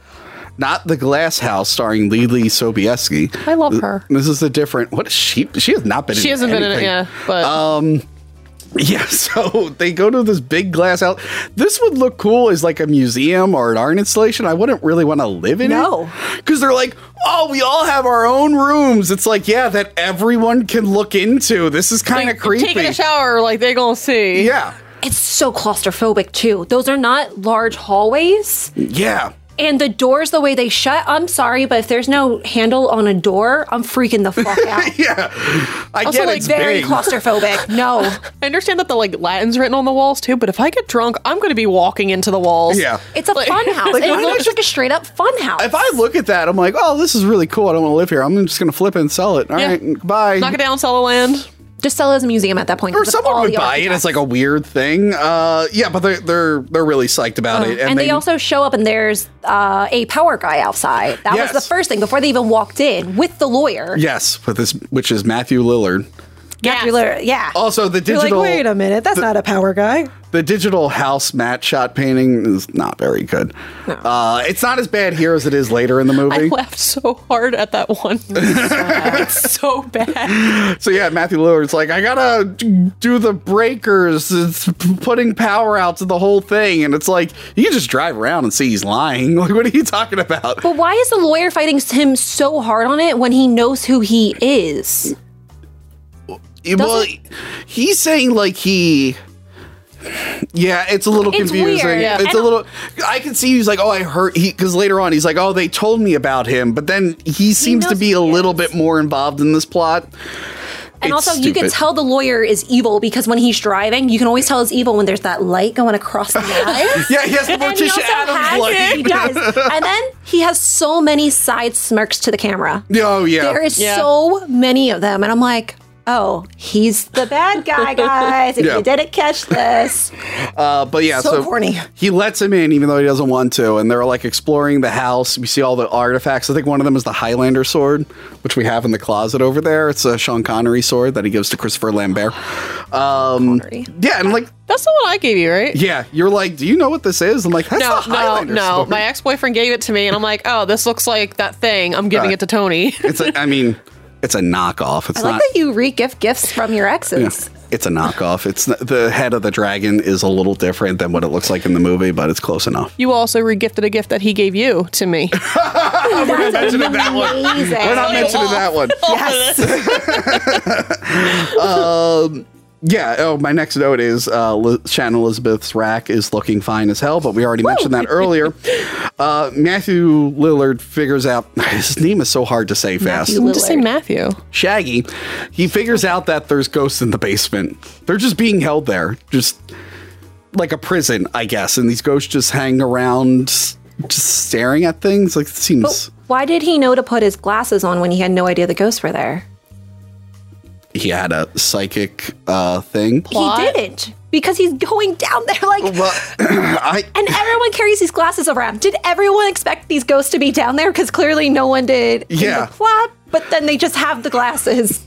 Speaker 4: Not the Glass House, starring Lily Sobieski.
Speaker 6: I love her.
Speaker 4: This is a different. What is she? She has not been.
Speaker 6: she
Speaker 4: in
Speaker 6: hasn't been in it,
Speaker 4: anything.
Speaker 6: yeah. But
Speaker 4: Um, yeah, so they go to this big glass house. This would look cool as like a museum or an art installation. I wouldn't really want to live in
Speaker 5: No.
Speaker 4: it. Because they're like, oh, we all have our own rooms. It's like, yeah, that everyone can look into. This is kind of creepy.
Speaker 6: taking a shower, like they gonna see.
Speaker 4: Yeah.
Speaker 5: It's so claustrophobic too. Those are not large hallways.
Speaker 4: Yeah.
Speaker 5: And the doors, the way they shut, I'm sorry, but if there's no handle on a door, I'm freaking the fuck out.
Speaker 4: yeah. I
Speaker 6: Also,
Speaker 4: get
Speaker 6: like,
Speaker 4: it's
Speaker 5: Very
Speaker 4: big.
Speaker 5: claustrophobic. No.
Speaker 6: I understand that the like Latin's written on the walls too, but if I get drunk, I'm gonna be walking into the walls.
Speaker 4: Yeah.
Speaker 5: It's a
Speaker 6: Like-
Speaker 5: fun house.
Speaker 4: Like,
Speaker 5: it
Speaker 4: why not
Speaker 5: looks like a straight up fun house.
Speaker 4: If I look at that, I'm like, oh, this is really cool. I don't want to live here. I'm just going to flip it and sell it. All
Speaker 6: Yeah.
Speaker 4: right, goodbye.
Speaker 6: Knock it down, sell the land.
Speaker 5: Just sell it as a museum at that point.
Speaker 4: or
Speaker 5: 'cause of all
Speaker 4: someone would
Speaker 5: the
Speaker 4: buy it. It's
Speaker 5: artifacts.
Speaker 4: like a weird thing. Uh, yeah, but they're they're they're really psyched about it,
Speaker 5: Uh, Uh-huh. and, they, also show up and there's uh, a power guy outside. That
Speaker 4: Yes.
Speaker 5: was the first thing before they even walked in with the lawyer.
Speaker 4: yes, with this which is Matthew Lillard.
Speaker 5: Matthew Lillard, yeah.
Speaker 4: Also, the
Speaker 3: You're like,
Speaker 4: digital
Speaker 3: wait a minute, that's not a power guy.
Speaker 4: the digital house matte shot painting is not very good. Uh, it's not as bad here as it is later in the
Speaker 6: I
Speaker 4: movie.
Speaker 6: laughed so hard at that one. it's so bad.
Speaker 4: So yeah, Matthew Lillard's like, I gotta do the breakers. It's putting power out to the whole thing, and it's like you can just drive around and see he's lying. Like, what are you talking about?
Speaker 5: But why is the lawyer fighting him so hard on it when he knows who he is?
Speaker 4: well, he's saying like he. Yeah, it's a little
Speaker 5: It's
Speaker 4: confusing.
Speaker 5: weird. Yeah.
Speaker 4: It's
Speaker 5: And-
Speaker 4: a little. I can see he's like, oh, I heard he because later on he's like, oh, they told me about him, but then he seems to
Speaker 5: knows
Speaker 4: be a little bit more involved in this plot.
Speaker 5: And
Speaker 4: It's
Speaker 5: also, you can
Speaker 4: stupid.
Speaker 5: tell the lawyer is evil because when he's driving, you can always tell it's evil when there's that light going across the eyes.
Speaker 4: Yeah, he has the
Speaker 5: And he
Speaker 4: Morticia
Speaker 5: also
Speaker 4: Adams
Speaker 5: has-
Speaker 4: look.
Speaker 5: He does. And then he has so many side smirks to the camera.
Speaker 4: Oh yeah,
Speaker 5: There is
Speaker 6: Yeah.
Speaker 5: so many of them. And I'm like, oh, he's the bad guy, guys. If
Speaker 4: Yeah.
Speaker 5: you didn't catch this,
Speaker 4: Uh, but yeah, so,
Speaker 3: So corny.
Speaker 4: He lets him in even though he doesn't want to, and they're like exploring the house. We see all the artifacts. I think one of them is the Highlander sword, which we have in the closet over there. It's a Sean Connery sword that he gives to Christopher Lambert. Um, yeah, and like,
Speaker 6: That's the one I gave you, right?
Speaker 4: yeah, you're like, do you know what this is? I'm like, that's
Speaker 6: No,
Speaker 4: the
Speaker 6: no,
Speaker 4: Highlander
Speaker 6: no.
Speaker 4: sword.
Speaker 6: My ex boyfriend gave it to me, and I'm like, oh, this looks like that thing. I'm giving
Speaker 4: Right.
Speaker 6: it to Tony.
Speaker 4: it's a, I mean, it's a knockoff. It's
Speaker 5: I like
Speaker 4: not.
Speaker 5: that you re-gift gifts from your exes.
Speaker 4: It's a knockoff. It's n- the head of the dragon is a little different than what it looks like in the movie, but it's close enough.
Speaker 6: You also regifted a gift that he gave you to me.
Speaker 4: Oh,
Speaker 5: That's
Speaker 4: mentioning that one.
Speaker 5: amazing.
Speaker 4: We're not mentioning that one.
Speaker 5: Yes.
Speaker 4: um, yeah. Oh, my next note is uh, Li- Shannon Elizabeth's rack is looking fine as hell, but we already mentioned that earlier. Uh, Matthew Lillard figures out his name is so hard to say fast.
Speaker 6: Just say Matthew.
Speaker 4: Shaggy, he figures out that there's ghosts in the basement. They're just being held there. Just like a prison, I guess, and these ghosts just hang around, just staring at things. Like it seems
Speaker 5: Why did he know to put his glasses on when he had no idea the ghosts were there?
Speaker 4: he had a psychic uh, thing.
Speaker 5: He didn't because he's going down there like.
Speaker 4: I
Speaker 5: and everyone carries these glasses around. Did everyone expect these ghosts to be down there? Because clearly no one did. in the
Speaker 4: Yeah.
Speaker 5: plot, but then they just have the glasses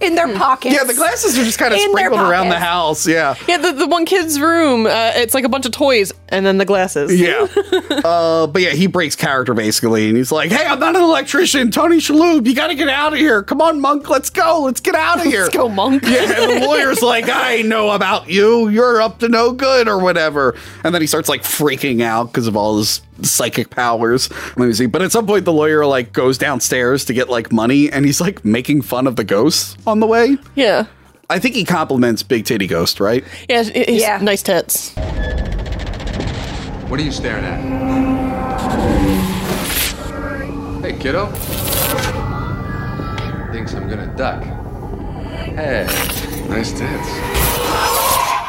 Speaker 5: in their pockets.
Speaker 4: yeah, the glasses are just kind of
Speaker 5: In their
Speaker 4: sprinkled around the
Speaker 5: pockets.
Speaker 4: house. Yeah.
Speaker 6: Yeah, the, the one kid's room. Uh, it's like a bunch of toys and then the glasses.
Speaker 4: Yeah. uh, but yeah, he breaks character basically, and he's like, "Hey, I'm not an electrician, Tony Shalhoub. You got to get out of here. Come on, monk. Let's go. Let's get out of here.
Speaker 6: Let's go, monk."
Speaker 4: Yeah. And the lawyer's like, "I know about you. You're up to no good, or whatever." And then he starts like freaking out because of all his psychic powers. Let me see. But at some point, the lawyer like goes downstairs to get like money, and he's like making fun of the ghosts on the way.
Speaker 6: Yeah.
Speaker 4: I think he compliments Big Titty Ghost, right?
Speaker 6: Yeah. it- it's Nice tits.
Speaker 8: What are you staring at? Hey, kiddo. Thinks I'm gonna duck. Hey, nice tits.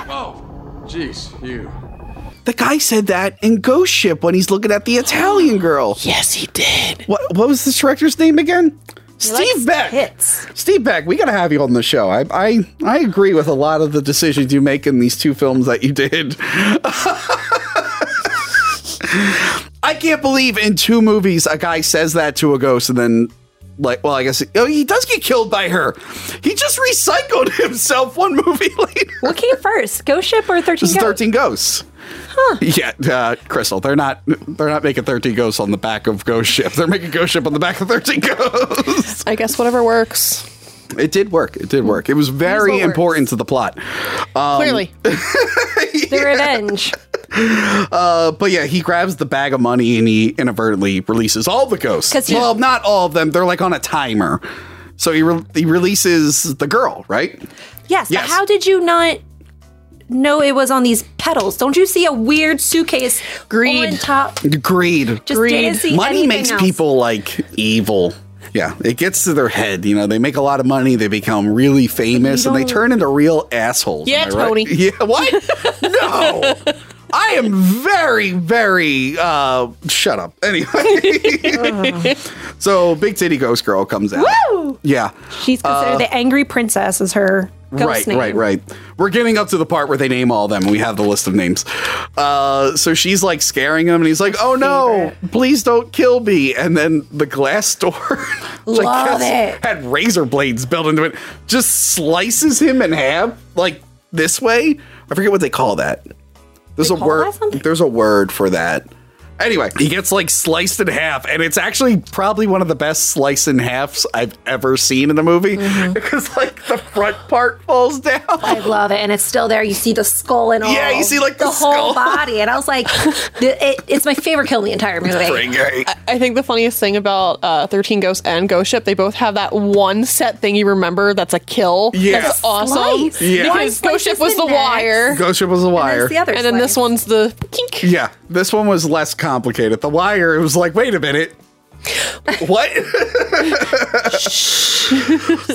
Speaker 8: Whoa, jeez, you.
Speaker 4: The guy said that in Ghost Ship when he's looking at the Italian girl.
Speaker 6: Yes, he did.
Speaker 4: What What was this director's name again? Steve Beck. Steve Beck, we gotta have you on the show. I, I I agree with a lot of the decisions you make in these two films that you did. I can't believe in two movies a guy says that to a ghost and then like well I guess oh he does get killed by her. He just recycled himself one movie later.
Speaker 5: What came first, Ghost Ship or Thirteen
Speaker 4: Ghosts? Thirteen Ghosts. Huh. Yeah, uh, Crystal. They're not. They're not making thirteen ghosts on the back of Ghost Ship. They're making Ghost Ship on the back of thirteen ghosts.
Speaker 6: I guess whatever works.
Speaker 4: It did work. It did work. It was very
Speaker 6: works.
Speaker 4: important to the plot. Um,
Speaker 6: Clearly.
Speaker 5: the revenge.
Speaker 4: Uh, but yeah, he grabs the bag of money and he inadvertently releases all the ghosts.
Speaker 5: 'Cause he-
Speaker 4: Well, not all of them. They're like on a timer. So he re- he releases the girl, right?
Speaker 5: Yes,
Speaker 4: Yes.
Speaker 5: But how did you not know it was on these pedals? Don't you see a weird suitcase Greed. on top?
Speaker 4: Greed.
Speaker 5: Just Greed. didn't see
Speaker 4: money
Speaker 5: anything
Speaker 4: makes
Speaker 5: else.
Speaker 4: people like evil. Yeah, it gets to their head. You know, they make a lot of money, they become really famous, and they turn into real assholes.
Speaker 6: Yeah,
Speaker 4: am I right?
Speaker 6: Tony.
Speaker 4: Yeah, what? no. I am very, very. uh Shut up. Anyway. so, Big Titty Ghost Girl comes out.
Speaker 5: Woo!
Speaker 4: Yeah.
Speaker 5: She's considered
Speaker 4: Uh,
Speaker 5: the angry princess is her ghost
Speaker 4: right,
Speaker 5: name.
Speaker 4: right, right. We're getting up to the part where they name all of them. and We have the list of names. Uh, so she's like scaring him, and he's like, "Oh no, please don't kill me!" And then the glass door, which I
Speaker 5: Love
Speaker 4: guess had razor blades built into it, just slices him in half, like this way. I forget what they call that. There's a word. There's a word for that. Anyway, he gets like sliced in half, and it's actually probably one of the best slice in halves I've ever seen in the movie because like the front part falls down. I
Speaker 5: love it, and it's still there. You see the skull and all.
Speaker 4: Yeah, you see, like, the skull.
Speaker 5: whole body, and I was like, th- it, "It's my favorite kill in the entire movie."
Speaker 6: I, I think the funniest thing about uh, 13 Ghosts and Ghost Ship, they both have that one set thing you remember that's a kill.
Speaker 4: Yeah.
Speaker 6: That's awesome.
Speaker 4: Slice. Yeah. One
Speaker 6: Because Ghost Ship was the wire.
Speaker 4: Ghost Ship was a wire.
Speaker 6: uh, And then this one's the.
Speaker 4: Yeah, this one was less complicated. The wire, it was like, wait a minute. what?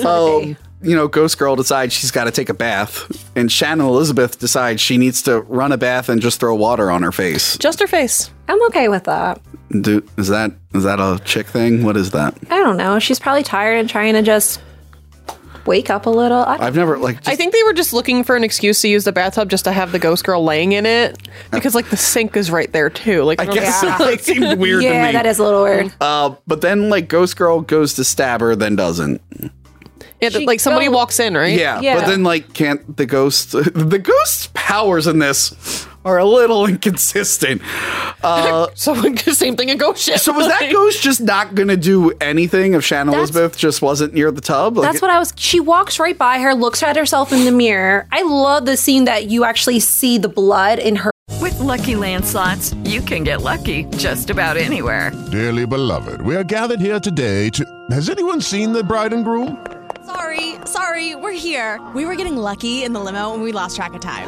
Speaker 4: um, you know, Ghost Girl decides she's got to take a bath, and Shannon Elizabeth decides she needs to run a bath and just throw water on her face.
Speaker 6: Just her face.
Speaker 5: I'm okay with that.
Speaker 4: Do, is that is that a chick thing? What is that?
Speaker 5: I don't know. She's probably tired and trying to just wake up a little. I,
Speaker 4: I've never like.
Speaker 6: I think they were just looking for an excuse to use the bathtub just to have the ghost girl laying in it because like the sink is right there too. Like
Speaker 4: I
Speaker 6: don't
Speaker 4: guess
Speaker 6: know.
Speaker 4: that seemed weird to me.
Speaker 5: Yeah, that is a little weird.
Speaker 4: Uh, but then, like, Ghost Girl goes to stab her, then doesn't.
Speaker 6: Yeah, that, like somebody walks in, right?
Speaker 4: Yeah, but then like can't the ghost the ghost's powers in this are a little inconsistent. Uh
Speaker 6: so same thing in Ghost Ship.
Speaker 4: So was that ghost just not gonna do anything if Shannon Elizabeth just wasn't near the tub?
Speaker 5: That's what I was. She walks right by her, looks at herself in the mirror. I love the scene that you actually see the blood in her.
Speaker 9: With Lucky Land slots, you can get lucky just about anywhere.
Speaker 11: Dearly beloved, we are gathered here today to. Has anyone seen the bride and groom?
Speaker 12: Sorry, sorry, we're here. We were getting lucky in the limo and we lost track of time.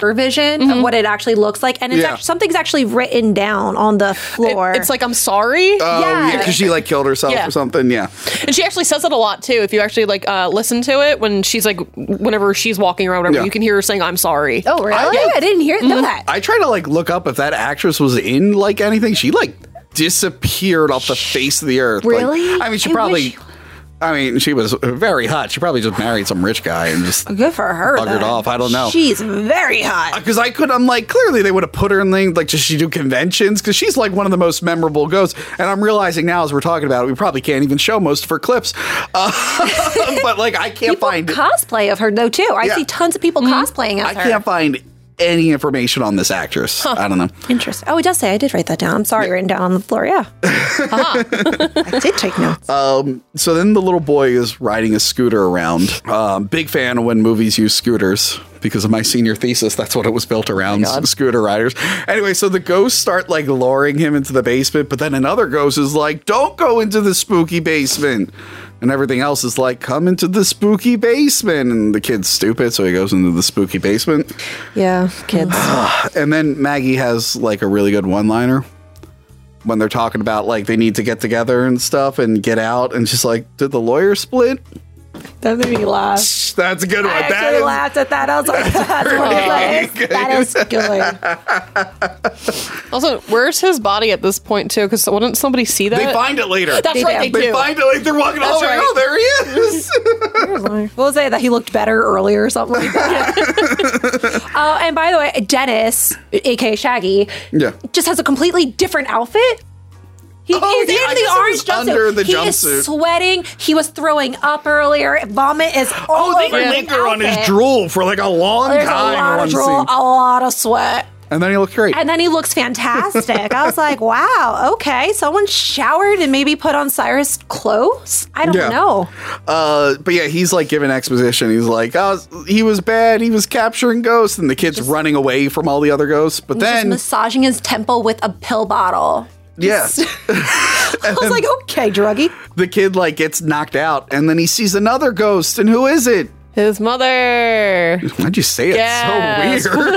Speaker 5: your vision
Speaker 12: Mm-hmm.
Speaker 5: of what it actually looks like, and it's
Speaker 4: Yeah.
Speaker 5: act- something's actually written down on the floor.
Speaker 6: it's like I'm sorry.
Speaker 4: Oh, yeah, because she like killed herself
Speaker 6: Yeah.
Speaker 4: or something. Yeah.
Speaker 6: And she actually says that a lot too. If you actually like uh, listen to it when she's like, whenever she's walking around, whatever,
Speaker 4: Yeah.
Speaker 6: you can hear her saying, "I'm sorry."
Speaker 5: Oh, really? I Mm-hmm. didn't hear know that.
Speaker 4: I try to like look up if that actress was in like anything. She like disappeared off the face of the earth. Like,
Speaker 5: Really?
Speaker 4: I mean, she
Speaker 5: I
Speaker 4: probably.
Speaker 5: wish-
Speaker 4: I mean, she was very hot. She probably just married some rich guy and just
Speaker 5: Good for her.
Speaker 4: buggered
Speaker 5: then.
Speaker 4: off. I don't know.
Speaker 5: She's very hot.
Speaker 4: Because I could, I'm like, clearly they would have put her in thing. Like, does she do conventions? Because she's like one of the most memorable ghosts. And I'm realizing now as we're talking about it, we probably can't even show most of her clips. Uh, but like, I can't
Speaker 5: People
Speaker 4: find.
Speaker 5: cosplay of her though too. I
Speaker 4: Yeah.
Speaker 5: see tons of people cosplaying as
Speaker 4: I
Speaker 5: her.
Speaker 4: can't find any information on this actress.
Speaker 5: Huh.
Speaker 4: I don't know.
Speaker 5: Interesting. Oh, it does say I did write that down. I'm sorry, written down on the floor. Yeah. Uh-huh. I did take notes.
Speaker 4: Um, so then the little boy is riding a scooter around. Um, big fan of when movies use scooters because of my senior thesis. That's what it was built around scooter riders. Anyway, so the ghosts start like luring him into the basement, but then another ghost is like, don't go into the spooky basement. And everything else is like, come into the spooky basement. And the kid's stupid, so he goes into the spooky basement.
Speaker 5: Yeah, kids.
Speaker 4: and then Maggie has like a really good one liner when they're talking about like they need to get together and stuff and get out and she's like, did the lawyer split?
Speaker 5: That made me laugh.
Speaker 4: That's a good one.
Speaker 5: I
Speaker 4: That
Speaker 5: actually
Speaker 4: is-
Speaker 5: laughed at that. I was like, that's
Speaker 4: pretty
Speaker 5: hilarious. That is good.
Speaker 6: Also, where's his body at this point too? Because wouldn't somebody see that?
Speaker 4: They find it later.
Speaker 6: That's
Speaker 5: They
Speaker 6: right.
Speaker 5: do.
Speaker 4: They
Speaker 6: They, do.
Speaker 4: find it like they're walking all
Speaker 6: That's
Speaker 4: the way.
Speaker 6: right.
Speaker 4: Oh, there he is.
Speaker 5: what was it that he looked better earlier or something like that? Oh, and by the way, Dennis, aka Shaggy,
Speaker 4: yeah.
Speaker 5: just has a completely different outfit. He
Speaker 4: Oh,
Speaker 5: is
Speaker 4: yeah, I
Speaker 5: in the
Speaker 4: guess it
Speaker 5: orange
Speaker 4: was
Speaker 5: jumpsuit.
Speaker 4: under the
Speaker 5: he
Speaker 4: jumpsuit.
Speaker 5: is sweating. He was throwing up earlier. Vomit is all
Speaker 4: Oh, they
Speaker 5: over his
Speaker 4: linger on his
Speaker 5: outfit.
Speaker 4: drool for like a long
Speaker 5: There's a
Speaker 4: time.
Speaker 5: lot
Speaker 4: one
Speaker 5: of drool,
Speaker 4: scene.
Speaker 5: a lot of sweat.
Speaker 4: And then he looked great.
Speaker 5: And then he looks fantastic. I was like, wow, okay. Someone showered and maybe put on Cyrus clothes? I don't
Speaker 4: Yeah.
Speaker 5: know.
Speaker 4: Uh, but yeah, he's like giving exposition. He's like, oh, he was bad. He was capturing ghosts, and the kid's running away from all the other ghosts. But
Speaker 5: He's just
Speaker 4: then,
Speaker 5: massaging his temple with a pill bottle.
Speaker 4: yeah,
Speaker 5: I was like, okay, druggy.
Speaker 4: the kid like gets knocked out, and then he sees another ghost. And who is it?
Speaker 6: His mother.
Speaker 4: Why'd you say it
Speaker 6: Yes.
Speaker 4: so weird?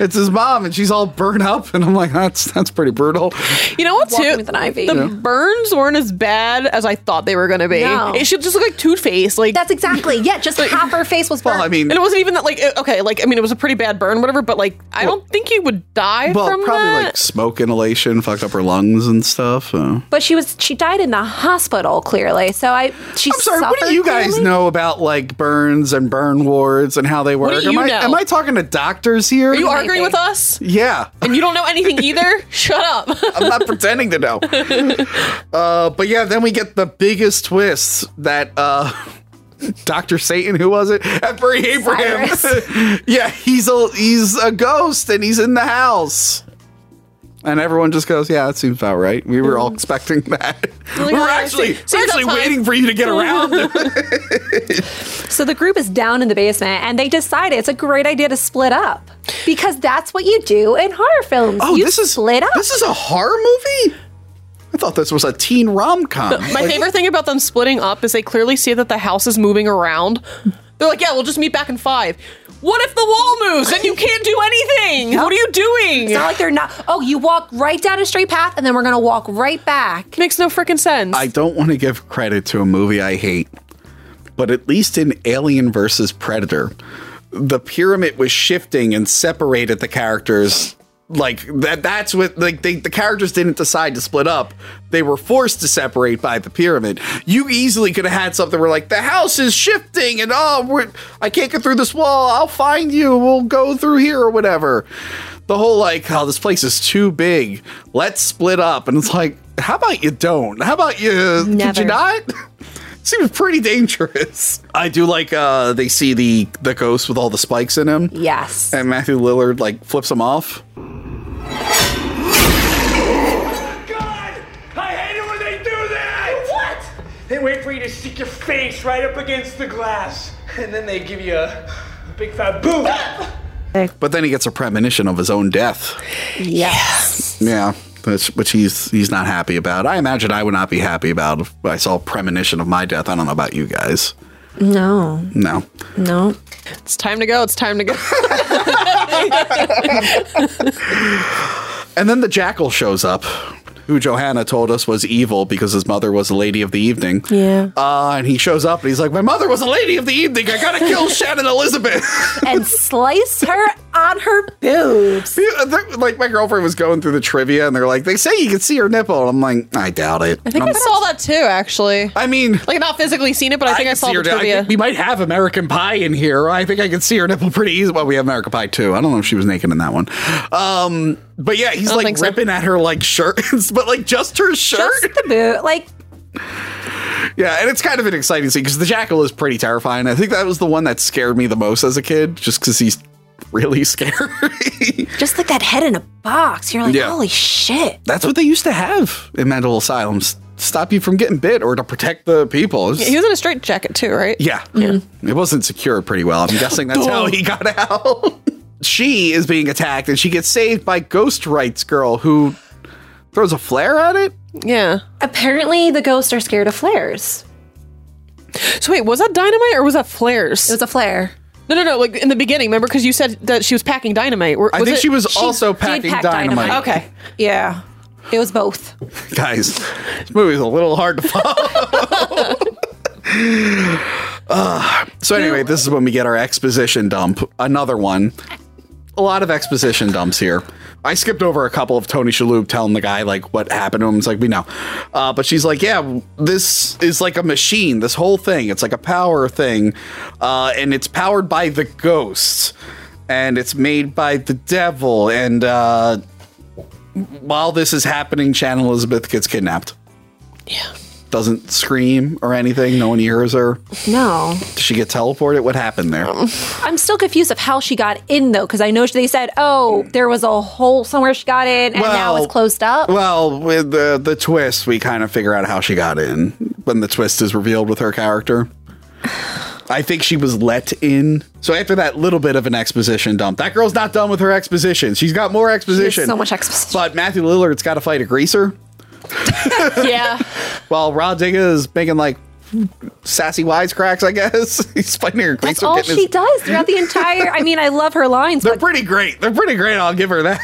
Speaker 4: it's his mom, and she's all burnt up. And I'm like, that's that's pretty brutal.
Speaker 6: You know what?
Speaker 5: Walking
Speaker 6: Too
Speaker 5: with an ivy.
Speaker 6: the
Speaker 5: Yeah.
Speaker 6: burns weren't as bad as I thought they were going to be.
Speaker 5: No.
Speaker 6: It should just look like Two Face. Like
Speaker 5: That's exactly. Yeah, just half her face was burnt.
Speaker 4: Well, I mean,
Speaker 6: And it wasn't even that, like, it- okay, like, I mean, it was a pretty bad burn, whatever, but, like, I don't think you would die
Speaker 4: well,
Speaker 6: from
Speaker 4: probably
Speaker 6: that.
Speaker 4: like smoke inhalation fucked up her lungs and stuff. uh.
Speaker 5: but she was she died in the hospital clearly. So I she
Speaker 4: I'm sorry. What do you guys know about like burns and burn wards and how they work?
Speaker 6: do you
Speaker 4: am,
Speaker 6: know?
Speaker 4: I, am I talking to doctors here?
Speaker 6: Are you arguing with us?
Speaker 4: Yeah,
Speaker 6: And you don't know anything either? Shut up.
Speaker 4: I'm not pretending to know. Uh, but yeah, then we get the biggest twist that uh, Doctor Satan, who was it? Every Abraham. yeah, he's a he's a ghost and he's in the house. And everyone just goes, yeah, that seems about right. We were all expecting that. we were
Speaker 6: yeah,
Speaker 4: actually,
Speaker 6: Mm-hmm. see-
Speaker 4: we're
Speaker 6: see,
Speaker 4: actually
Speaker 6: that's fine. Mm-hmm.
Speaker 4: waiting for you to get around.
Speaker 5: So the group is down in the basement and they decided it's a great idea to split up because that's what you do in horror films.
Speaker 4: Oh,
Speaker 5: you
Speaker 4: this is
Speaker 5: split up.
Speaker 4: This is a horror movie. I thought this was a teen rom com.
Speaker 6: My favorite thing about them splitting up is they clearly see that the house is moving around. They're like, yeah, we'll just meet back in five. What if the wall moves and you can't do anything? What are you doing?
Speaker 5: It's not like they're not. Oh, you walk right down a straight path and then we're going to walk right back.
Speaker 6: Makes no freaking sense.
Speaker 4: I don't want to give credit to a movie I hate, but at least in Alien versus Predator, the pyramid was shifting and separated the characters. Like that that's what like they the characters didn't decide to split up. They were forced to separate by the pyramid. You easily could have had something where like the house is shifting and oh we're, I can't get through this wall. I'll find you. We'll go through here or whatever. The whole like, oh, this place is too big. Let's split up. And it's like, how about you don't? How about you did
Speaker 5: Never.
Speaker 4: you not? Seems pretty dangerous. I do like uh they see the the ghost with all the spikes in him.
Speaker 5: Yes.
Speaker 4: And Matthew Lillard like flips him off.
Speaker 13: God! I hate it when they do that! What? They wait for you to stick your face right up against the glass, and then they give you a big fat boom.
Speaker 4: But then he gets a premonition of his own death.
Speaker 5: Yes.
Speaker 4: Yeah. which, which he's he's not happy about. I imagine I would not be happy about if I saw premonition of my death. I don't know about you guys.
Speaker 5: No.
Speaker 4: No.
Speaker 5: No.
Speaker 6: It's time to go. It's time to go.
Speaker 4: And then the jackal shows up, who Johanna told us was evil because his mother was a lady of the evening.
Speaker 5: Yeah.
Speaker 4: Uh, and he shows up and he's like, My mother was a lady of the evening. I gotta kill Shannon Elizabeth.
Speaker 5: and slice her on her boobs.
Speaker 4: uh, like, my girlfriend was going through the trivia and they're like, They say you can see her nipple. And I'm like, I doubt it.
Speaker 6: I think I
Speaker 4: I'm-
Speaker 6: saw that too, actually.
Speaker 4: I mean,
Speaker 6: like not physically seen it, but I think I,
Speaker 4: can
Speaker 6: saw
Speaker 4: see
Speaker 6: the
Speaker 4: her nip- I
Speaker 6: trivia.
Speaker 4: think we might have American Pie in here. I think I can see her nipple pretty easy. Well, we have American Pie too. I don't know if she was naked in that one. Um, but yeah,
Speaker 5: I
Speaker 4: he's
Speaker 5: don't
Speaker 4: like
Speaker 5: think so.
Speaker 4: ripping at her like shirt, but like just her shirt.
Speaker 5: Just the boot. Like,
Speaker 4: Yeah, and it's kind of an exciting scene because the jackal is pretty terrifying. I think that was the one that scared me the most as a kid, just because he's really scary.
Speaker 5: just like that head in a box. You're like,
Speaker 4: Yeah.
Speaker 5: holy shit.
Speaker 4: That's what they used to have in mental asylums stop you from getting bit or to protect the people. It was-
Speaker 6: Yeah, he was in a straight jacket too, right?
Speaker 4: yeah. It wasn't secured pretty well. I'm guessing that's how he got out. she is being attacked and she gets saved by Ghost Rights Girl, who throws a flare at it.
Speaker 6: Yeah.
Speaker 5: Apparently, the ghosts are scared of flares.
Speaker 6: So wait, was that dynamite or was that flares? It was
Speaker 5: a flare.
Speaker 6: No, no, no. Like in the beginning, remember? Because you said that she was packing dynamite. Were-
Speaker 4: I think
Speaker 6: it-
Speaker 4: she was She also did packing pack dynamite. dynamite.
Speaker 6: Okay.
Speaker 5: Yeah. It was both.
Speaker 4: Guys, this movie's a little hard to follow. Ugh. so anyway, this is when we get our exposition dump. Another one. A lot of exposition dumps here. I skipped over a couple of Tony Shalhoub telling the guy like what happened to him. It's like we know, uh, but she's like, yeah, this is like a machine. This whole thing, it's like a power thing, uh, and it's powered by the ghosts, and it's made by the devil. And uh, while this is happening, Shannon Elizabeth gets kidnapped. Yeah. Doesn't scream or anything. No one hears her.
Speaker 5: No.
Speaker 4: Does she get teleported? What happened there?
Speaker 5: Um, I'm still confused of how she got in though, because I know they said, "Oh, there was a hole somewhere she got in, and now
Speaker 4: Well-
Speaker 5: it's closed up."
Speaker 4: Well, with the the twist, we kind of figure out how she got in when the twist is revealed with her character. I think she was let in. So after that little bit of an exposition dump, that girl's not done with her exposition. She's got more exposition.
Speaker 5: so much exposition.
Speaker 4: But Matthew Lillard's got to fight a greaser.
Speaker 6: yeah.
Speaker 4: While Rod Digga is making like sassy wisecracks, I guess he's fighting a greaser.
Speaker 5: That's all
Speaker 4: getting
Speaker 5: she
Speaker 4: his-
Speaker 5: does throughout the entire. I mean, I love her lines,
Speaker 4: They're
Speaker 5: but,
Speaker 4: pretty great. They're pretty great. I'll give her that.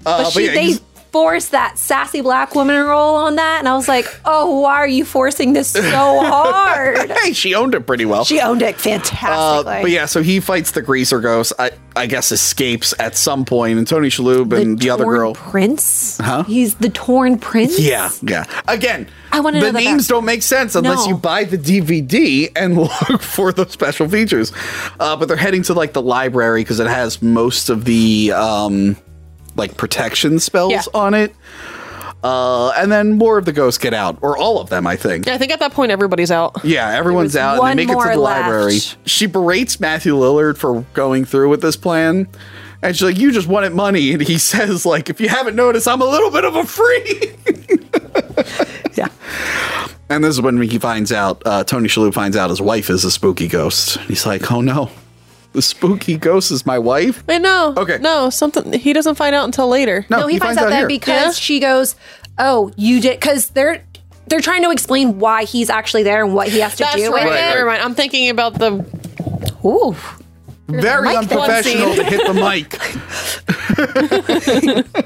Speaker 5: but
Speaker 4: Uh,
Speaker 5: she,
Speaker 4: yeah,
Speaker 5: they
Speaker 4: he's-
Speaker 5: forced that sassy black woman role on that, and I was like, "Oh, why are you forcing this so hard?"
Speaker 4: hey, she owned it pretty well.
Speaker 5: she owned it
Speaker 4: Uh,
Speaker 5: fantastically.
Speaker 4: but yeah, so he fights the greaser ghost. I, I guess escapes at some point, and Tony Shalhoub and the, other
Speaker 5: Torn
Speaker 4: girl.
Speaker 5: Prince.
Speaker 4: Huh?
Speaker 5: He's the torn prince.
Speaker 4: Yeah, yeah. Again,
Speaker 5: I wanna
Speaker 4: the
Speaker 5: know the
Speaker 4: names
Speaker 5: backstory.
Speaker 4: don't make sense unless
Speaker 5: No.
Speaker 4: you buy the DVD and look for the special features. Uh, but they're heading to like the library because it has most of the um, like protection spells
Speaker 6: Yeah.
Speaker 4: on it. Uh, and then more of the ghosts get out, or all of them, I think.
Speaker 6: Yeah, I think at that point everybody's out.
Speaker 4: Yeah, everyone's
Speaker 6: There was
Speaker 4: out.
Speaker 6: one
Speaker 4: And they make it to
Speaker 6: more
Speaker 4: the
Speaker 6: left.
Speaker 4: library. She berates Matthew Lillard for going through with this plan. And she's like, You just wanted money. And he says, like, if you haven't noticed, I'm a little bit of a freak.
Speaker 5: yeah.
Speaker 4: And this is when he finds out, uh, Tony Shalhoub finds out his wife is a spooky ghost. He's like, Oh no, the spooky ghost is my wife?
Speaker 6: Wait, no.
Speaker 4: Okay.
Speaker 6: No, something. He doesn't find out until later.
Speaker 5: No, he, finds, out, that because she goes, "Oh, you did," because they're they're trying to explain why he's actually there and what he has to
Speaker 6: That's
Speaker 5: do.
Speaker 6: right.
Speaker 5: with it.
Speaker 6: Never mind. I'm thinking about the.
Speaker 5: Ooh.
Speaker 4: Very
Speaker 6: Mic there.
Speaker 4: unprofessional to hit the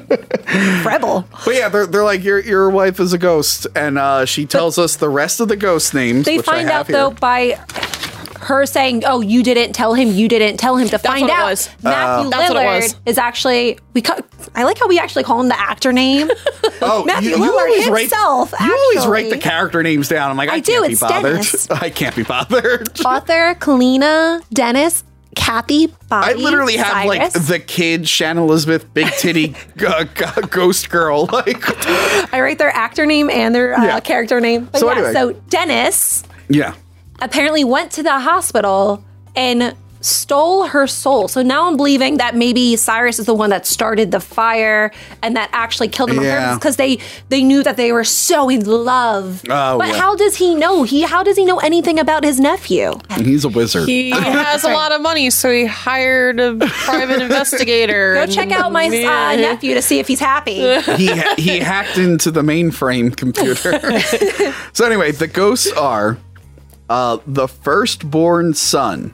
Speaker 4: mic.
Speaker 5: Rebel.
Speaker 4: But yeah, they're, they're like, your, your wife is a ghost. And uh, she tells us the rest of the ghost names.
Speaker 5: They
Speaker 4: which I
Speaker 5: find out
Speaker 4: have here.
Speaker 5: though by her saying, "Oh, you didn't tell him. You didn't tell him." To find
Speaker 6: what it
Speaker 5: out,
Speaker 6: was.
Speaker 5: Matthew
Speaker 6: Oh. That's what it
Speaker 5: Lillard
Speaker 6: was.
Speaker 5: is actually we. Ca- I like how we actually call him the actor name.
Speaker 4: Oh,
Speaker 5: Matthew
Speaker 4: you, you
Speaker 5: Lillard
Speaker 4: always write-
Speaker 5: himself.
Speaker 4: you always write the
Speaker 5: actually.
Speaker 4: character names down. I'm like, I,
Speaker 5: I do,
Speaker 4: can't be
Speaker 5: it's
Speaker 4: bothered.
Speaker 5: Dennis.
Speaker 4: I can't be bothered.
Speaker 5: author Kalina Dennis Kathy Bobby.
Speaker 4: I literally have like
Speaker 5: Cyrus.
Speaker 4: the kid Shannon Elizabeth, big titty g- g- ghost girl. Like,
Speaker 5: I write their actor name and their uh,
Speaker 4: Yeah.
Speaker 5: character name. But
Speaker 4: So
Speaker 5: yeah,
Speaker 4: anyway.
Speaker 5: so Dennis
Speaker 4: yeah,
Speaker 5: apparently went to the hospital and stole her soul. So now I'm believing that maybe Cyrus is the one that started the fire and that actually killed him
Speaker 4: Yeah.
Speaker 5: because they they knew that they were so in love.
Speaker 4: Oh,
Speaker 5: but
Speaker 4: yeah.
Speaker 5: how does he know? He how does he know anything about his nephew?
Speaker 4: And he's a wizard.
Speaker 6: He has a lot of money, so he hired a private investigator.
Speaker 5: Go check out my uh, nephew to see if he's happy.
Speaker 4: he ha- he hacked into the mainframe computer. so anyway, the ghosts are uh, the firstborn son.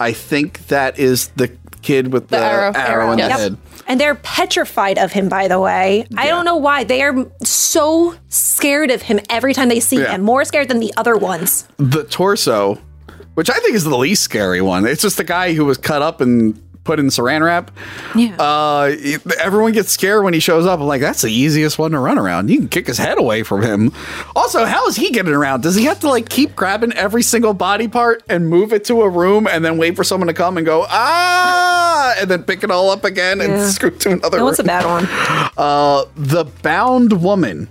Speaker 4: I think that is the kid with the, arrow, in the head.
Speaker 5: And they're petrified of him, by the way. I don't know why. They are so scared of him every time they see
Speaker 4: Yeah.
Speaker 5: him, more scared than the other ones.
Speaker 4: The torso, which I think is the least scary one. It's just the guy who was cut up and put in saran wrap. Yeah. Uh, it- everyone gets scared when he shows up. I'm like, that's the easiest one to run around. You can kick his head away from him. Also, how is he getting around? Does he have to like keep grabbing every single body part and move it to a room and then wait for someone to come and go ah and then pick it all up again and
Speaker 5: Yeah.
Speaker 4: scoot to another?
Speaker 5: That one's a
Speaker 4: room?
Speaker 5: bad one.
Speaker 4: Uh, the bound woman.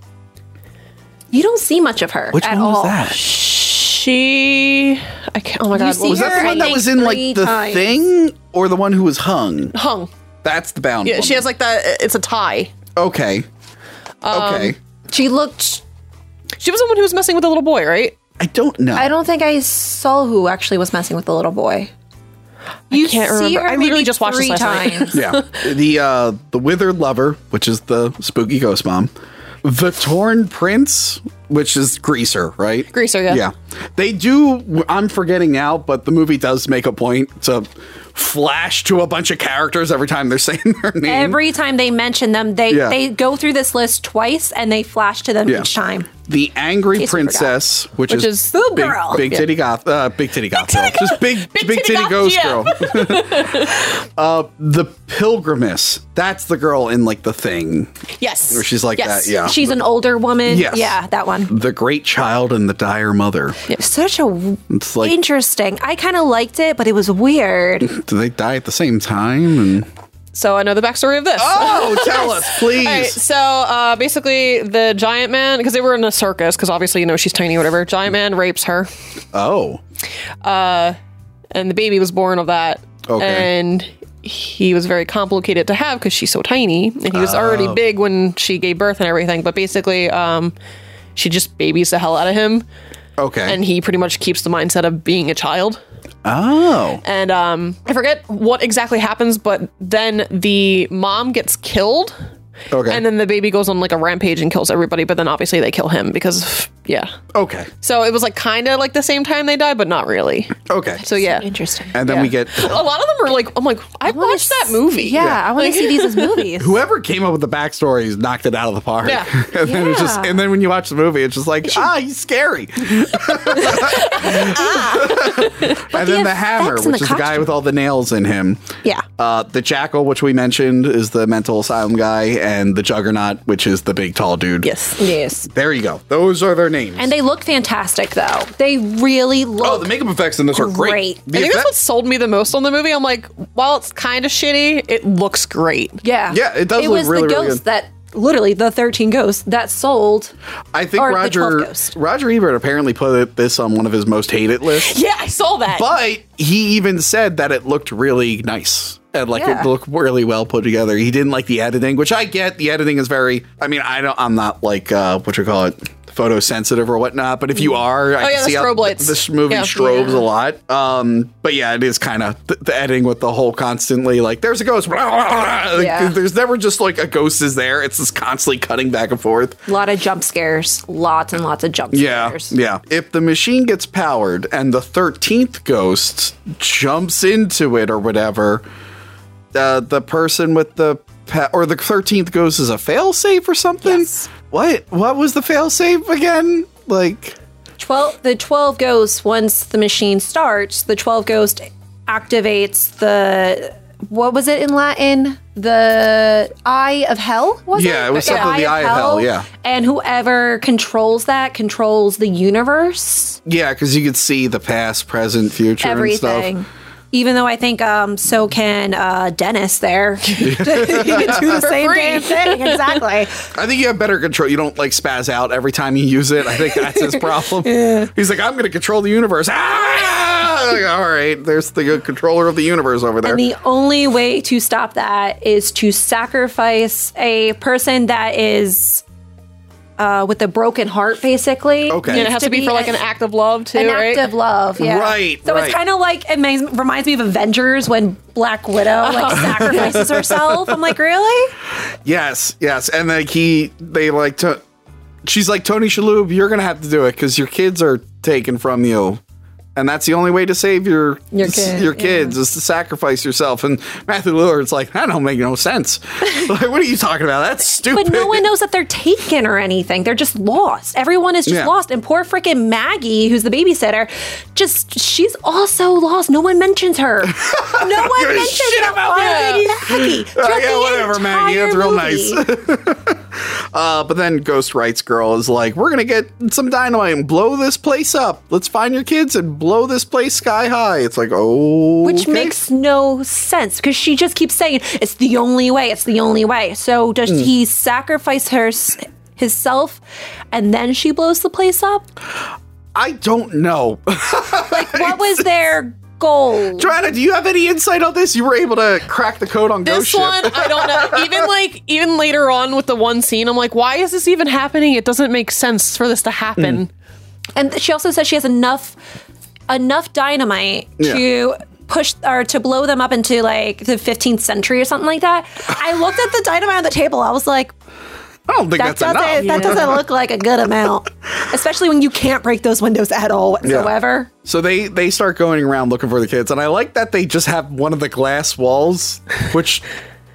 Speaker 5: You don't see much of her
Speaker 4: Which
Speaker 5: at
Speaker 4: one was
Speaker 5: all.
Speaker 4: that?
Speaker 6: She, I can't. Oh my
Speaker 5: You
Speaker 6: god,
Speaker 5: see
Speaker 6: what
Speaker 4: Was
Speaker 6: was
Speaker 4: that
Speaker 6: that?
Speaker 4: the one that was in like the thing or the one who was hung?
Speaker 6: Hung.
Speaker 4: That's the bound.
Speaker 6: Yeah,
Speaker 4: woman.
Speaker 6: she has like that. It's a tie.
Speaker 4: Okay.
Speaker 6: Um,
Speaker 4: okay.
Speaker 5: She looked.
Speaker 6: She was the one who was messing with the little boy, right?
Speaker 4: I don't know.
Speaker 5: I don't think I saw who actually was messing with the little boy. You
Speaker 6: can't
Speaker 5: see
Speaker 6: remember.
Speaker 5: her
Speaker 6: I literally
Speaker 5: maybe
Speaker 6: just watched this
Speaker 5: three
Speaker 6: last night.
Speaker 5: times.
Speaker 4: yeah. The uh the withered lover, which is the spooky ghost mom. The torn prince, which is Greaser, right?
Speaker 6: Greaser, yeah.
Speaker 4: Yeah. They do I'm forgetting now, but the movie does make a point to flash to a bunch of characters every time they're saying their name.
Speaker 5: Every time they mention them, they
Speaker 4: Yeah.
Speaker 5: they go through this list twice and they flash to them
Speaker 4: Yeah.
Speaker 5: each time.
Speaker 4: The Angry
Speaker 5: Case we forgot.
Speaker 4: Princess, which,
Speaker 5: Which
Speaker 4: is,
Speaker 5: is Boo
Speaker 4: big,
Speaker 5: Girl.
Speaker 4: big
Speaker 5: Yeah.
Speaker 4: titty goth, uh, big titty goth, girl. just big, big, titty,
Speaker 5: goth
Speaker 4: ghost
Speaker 5: GM.
Speaker 4: girl. uh, the Pilgrimess, that's the girl in like the thing.
Speaker 6: Yes.
Speaker 4: Where she's like that, yeah.
Speaker 5: She's an older woman.
Speaker 4: Oh. Yes. Mm.
Speaker 5: Yeah, that one.
Speaker 4: The Great Child and the Dire Mother.
Speaker 5: Such a
Speaker 4: It's like,
Speaker 5: interesting. I kind of liked it, but it was weird.
Speaker 4: do they die at the same time? And
Speaker 6: So I know the backstory of this.
Speaker 4: Oh, tell us, please.
Speaker 6: All right, so uh, basically, the giant man, because they were in a circus, because obviously, you know, she's tiny, whatever. Giant man rapes her.
Speaker 4: oh,
Speaker 6: Uh, and the baby was born of that.
Speaker 4: Okay.
Speaker 6: And he was very complicated to have because she's so tiny. And he was already
Speaker 4: Oh.
Speaker 6: big when she gave birth and everything. But basically, um, she just babies the hell out of him.
Speaker 4: okay.
Speaker 6: And he pretty much keeps the mindset of being a child.
Speaker 4: oh,
Speaker 6: And um, I forget what exactly happens, but then the mom gets killed.
Speaker 4: Okay.
Speaker 6: And then the baby goes on like a rampage and kills everybody, but then obviously they kill him because, yeah.
Speaker 4: okay,
Speaker 6: So it was like kind of like the same time they die, but not really.
Speaker 4: okay.
Speaker 6: So yeah.
Speaker 5: Interesting.
Speaker 4: And then we get
Speaker 6: A lot of them are like, I'm like, I, watched that movie.
Speaker 5: Yeah, I want to
Speaker 6: Like-
Speaker 5: see these as movies.
Speaker 4: whoever came up with the backstories knocked it out of the park.
Speaker 6: Yeah.
Speaker 4: and then it's just
Speaker 5: Yeah.
Speaker 4: and then when you watch the movie, it's just like ah, he's scary. and then the hammer,
Speaker 5: effects
Speaker 4: which is
Speaker 5: and the
Speaker 4: the guy
Speaker 5: costume.
Speaker 4: with all the nails in him.
Speaker 5: Yeah.
Speaker 4: Uh, the jackal, which we mentioned, is the mental asylum guy, and the juggernaut, which is the big tall dude.
Speaker 6: Yes.
Speaker 5: Yes.
Speaker 4: There you go. Those are their names.
Speaker 5: And they look fantastic, though. They really look.
Speaker 4: oh, the makeup effects in this are great.
Speaker 5: Great.
Speaker 6: I
Speaker 4: The
Speaker 6: think that's what
Speaker 4: effect-
Speaker 6: sold me the most on the movie. I'm like, while it's kind of shitty, it looks great.
Speaker 5: yeah.
Speaker 4: Yeah, it does
Speaker 5: It
Speaker 4: look
Speaker 5: was
Speaker 4: really,
Speaker 5: the
Speaker 4: really
Speaker 5: ghost
Speaker 4: good.
Speaker 5: that literally the thirteen ghosts that sold.
Speaker 4: I think
Speaker 5: or the 12
Speaker 4: Roger
Speaker 5: Ghost.
Speaker 4: Roger Ebert apparently put it- this on one of his most hated lists.
Speaker 6: Yeah, I saw that.
Speaker 4: But he even said that it looked really nice and like
Speaker 6: Yeah.
Speaker 4: it looked really well put together. He didn't like the editing, which I get. The editing is very. I mean, I don't. I'm not like uh, what you call it, photosensitive or whatnot. But if you are, I
Speaker 6: Oh,
Speaker 4: can
Speaker 6: yeah, the
Speaker 4: see how
Speaker 6: strobe
Speaker 4: th-
Speaker 6: lights.
Speaker 4: this movie
Speaker 6: Yeah.
Speaker 4: strobes
Speaker 6: Yeah.
Speaker 4: a lot. Um, but yeah, it is kind of th- the editing with the whole constantly like there's a ghost. Blah, blah, blah. Like,
Speaker 5: Yeah.
Speaker 4: There's never just like a ghost is there. It's just constantly cutting back and forth.
Speaker 5: A lot of jump scares. Lots and lots of jump
Speaker 4: Yeah,
Speaker 5: scares.
Speaker 4: yeah. If the machine gets powered and the thirteenth ghost jumps into it or whatever, uh, the person with the pa- or the thirteenth ghost is a failsafe or something. What? What was the failsafe again? Like,
Speaker 5: Twelve. The twelve ghosts. Once the machine starts, the twelve ghost activates the. What was it in Latin? The Eye of Hell. Was
Speaker 4: Yeah, it was something the Eye of Hell, yeah.
Speaker 5: And whoever controls that controls the universe.
Speaker 4: yeah, because you could see the past, present, future,
Speaker 5: everything.
Speaker 4: and stuff.
Speaker 5: Even though I think um, so can uh, Dennis there. he can do the
Speaker 6: For
Speaker 5: same
Speaker 6: free.
Speaker 5: damn thing. Exactly.
Speaker 4: I think you have better control. You don't like spaz out every time you use it. I think that's his problem. He's like, I'm going to control the universe. Ah! Like, All right, there's the controller of the universe over there.
Speaker 5: And the only way to stop that is to sacrifice a person that is uh, with a broken heart, basically.
Speaker 6: Okay. And it has to be for, like, an act of love, too,
Speaker 5: An
Speaker 6: right?
Speaker 5: act of love, yeah.
Speaker 6: Right,
Speaker 5: So
Speaker 6: right.
Speaker 5: it's kind of like it makes, reminds me of Avengers when Black Widow like sacrifices herself. I'm like, really?
Speaker 4: Yes, yes, and like he, they like to. She's like Tony Shalhoub, you're gonna have to do it because your kids are taken from you, and that's the only way to save your
Speaker 5: Your kid,
Speaker 4: your
Speaker 5: yeah.
Speaker 4: kids is to sacrifice yourself. And Matthew Lillard's like, that don't make no sense. like, what are you talking about? That's stupid.
Speaker 5: But no one knows that they're taken or anything. They're just lost. Everyone is just
Speaker 4: Yeah.
Speaker 5: lost. And poor freaking Maggie, who's the babysitter, just she's also lost. No one mentions her. No one
Speaker 4: Give a
Speaker 5: mentions
Speaker 4: shit
Speaker 5: her.
Speaker 4: about
Speaker 5: already
Speaker 4: that.
Speaker 5: Maggie.
Speaker 4: Oh,
Speaker 5: throughout
Speaker 4: yeah,
Speaker 5: the
Speaker 4: whatever, man.
Speaker 5: entire
Speaker 4: That's real
Speaker 5: movie.
Speaker 4: nice. uh, but then Ghost Rights Girl is like, we're going to get some dynamite and blow this place up. Let's find your kids and blow this place sky high. It's like, oh.
Speaker 5: Which
Speaker 4: okay.
Speaker 5: makes no sense because she just keeps saying it's the only way. It's the only way. So does
Speaker 4: Mm.
Speaker 5: he sacrifice her himself, and then she blows the place up?
Speaker 4: I don't know.
Speaker 5: Like what was their goal?
Speaker 4: Joanna, do you have any insight on this? You were able to crack the code on
Speaker 6: This
Speaker 4: Ghost Ship.
Speaker 6: one, I don't know. Even like, even later on with the one scene, I'm like, why is this even happening? It doesn't make sense for this to
Speaker 4: Mm.
Speaker 6: happen.
Speaker 5: And she also says she has enough enough dynamite
Speaker 6: Yeah.
Speaker 5: to push or to blow them up into like the 15th century or something like that. I looked at the dynamite on the table. I was like,
Speaker 4: I don't think
Speaker 5: that
Speaker 4: that's enough.
Speaker 5: doesn't that
Speaker 4: Yeah.
Speaker 5: doesn't look like a good amount, especially when you can't break those windows at all
Speaker 4: Yeah.
Speaker 5: whatsoever.
Speaker 4: So they they start going around looking for the kids, and I like that they just have one of the glass walls. Which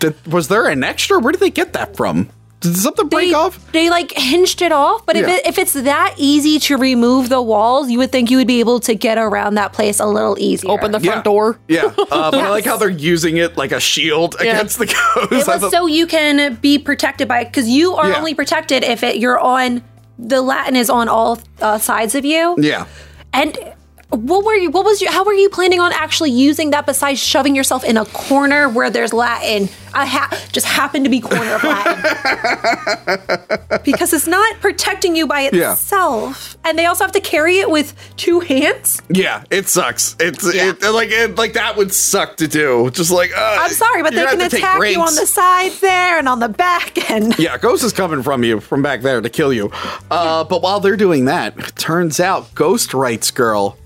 Speaker 4: th- was there an extra? Where did they get that from? Did something break off?
Speaker 5: They like hinged it off, but if
Speaker 4: Yeah.
Speaker 5: it, if it's that easy to remove the walls, you would think you would be able to get around that place a little easier. Open the
Speaker 4: Yeah. Yeah, uh, but I like how they're using it like a shield
Speaker 5: Yeah.
Speaker 4: against the ghost.
Speaker 5: It
Speaker 4: I
Speaker 5: was
Speaker 4: thought-
Speaker 5: so you can be protected by because you are
Speaker 4: Yeah.
Speaker 5: only protected if it, you're on the Latin is on all uh, sides of you.
Speaker 4: yeah.
Speaker 5: And what were you? What was you? How were you planning on actually using that besides shoving yourself in a corner where there's Latin? I ha- just happened to be corner of Latin because it's not protecting you by
Speaker 4: Yeah.
Speaker 5: itself, and they also have to carry it with two hands.
Speaker 4: Yeah, it sucks. It's it, like it, like that would suck to do. Just like uh,
Speaker 5: I'm sorry, but they
Speaker 4: you're gonna
Speaker 5: can
Speaker 4: have to take
Speaker 5: attack you on
Speaker 4: breaks.
Speaker 5: the sides there and on the back end.
Speaker 4: Yeah, Ghost is coming from you from back there to kill you. Uh, but while they're doing that, it turns out Ghost Rights Girl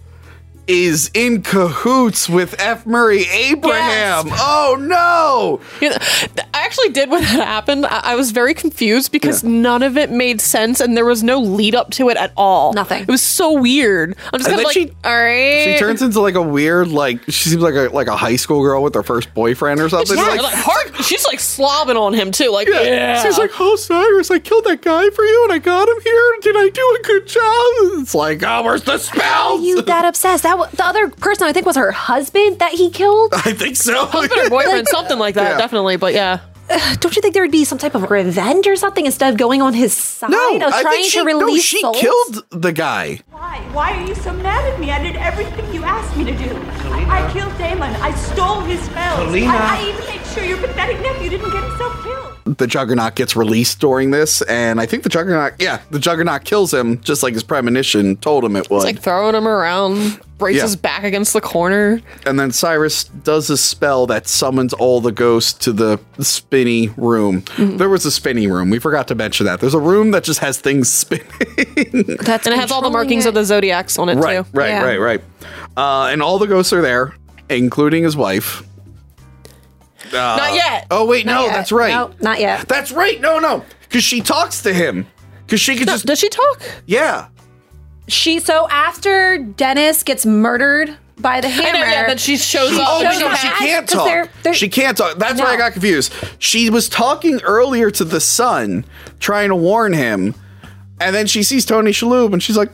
Speaker 4: is in cahoots with F. Murray Abraham. Oh no!
Speaker 6: You know, th- I actually did when that happened. I, I was very confused because none of it made sense, and there was no lead up to it at all. Nothing. It was so weird. I'm just
Speaker 4: And
Speaker 6: kind of
Speaker 4: then
Speaker 6: like,
Speaker 4: she-
Speaker 6: all right.
Speaker 4: She turns into like a weird, like she seems like a like a high school girl with her first boyfriend or
Speaker 6: She's
Speaker 4: something.
Speaker 6: like,
Speaker 4: Like,
Speaker 6: hard. She's like slobbing on him too. Like, yeah.
Speaker 4: She's like, Osiris, I killed that guy for you and I got him here. Did I do a good job? It's like, oh, where's the
Speaker 5: How
Speaker 4: spell?
Speaker 5: are you that obsessed? That wa- the other person I think was her husband that he killed.
Speaker 4: I think so.
Speaker 6: husband or boyfriend, something like that,
Speaker 5: Yeah.
Speaker 6: definitely. But yeah,
Speaker 5: Ugh, Don't you think there would be some type of revenge or something instead of going on his side of
Speaker 4: I
Speaker 5: trying
Speaker 4: think she,
Speaker 5: to release
Speaker 4: no, she
Speaker 5: souls?
Speaker 4: killed the guy.
Speaker 14: Why? Why are you so mad at me? I did everything you asked me to do. I, I killed Damon. I stole his spells.
Speaker 4: Selena.
Speaker 14: I, I even made sure your pathetic nephew didn't get himself killed.
Speaker 4: the Juggernaut gets released during this, and I think the Juggernaut, yeah, the Juggernaut kills him just like his premonition told him it would.
Speaker 6: it's like throwing him around, breaks
Speaker 4: Yeah.
Speaker 6: his back against the corner.
Speaker 4: and then Cyrus does a spell that summons all the ghosts to the spinny room.
Speaker 6: Mm-hmm.
Speaker 4: There was a spinny room. We forgot to mention that. There's a room that just has things spinning.
Speaker 6: That's and it has all the markings of the zodiacs on it
Speaker 4: right,
Speaker 6: too.
Speaker 4: right, right, right. Uh, and all the ghosts are there, including his wife. Uh,
Speaker 6: Not yet.
Speaker 4: Oh wait,
Speaker 6: Not
Speaker 4: no,
Speaker 6: yet.
Speaker 4: that's right.
Speaker 6: No,
Speaker 5: not yet.
Speaker 4: That's right. No, no, because she talks to him. Because she could just.
Speaker 6: Does she talk?
Speaker 4: Yeah.
Speaker 5: She so after Dennis gets murdered by the
Speaker 6: know,
Speaker 5: hammer,
Speaker 6: yeah, that she shows
Speaker 5: she
Speaker 6: up.
Speaker 4: Oh,
Speaker 6: Shows
Speaker 4: no,
Speaker 6: her
Speaker 4: she
Speaker 6: back.
Speaker 4: can't
Speaker 6: 'Cause
Speaker 4: talk.
Speaker 6: they're- they're-
Speaker 4: she can't talk. That's why I
Speaker 6: No.
Speaker 4: got confused. She was talking earlier to the son, trying to warn him, and then she sees Tony Shalhoub, and she's like,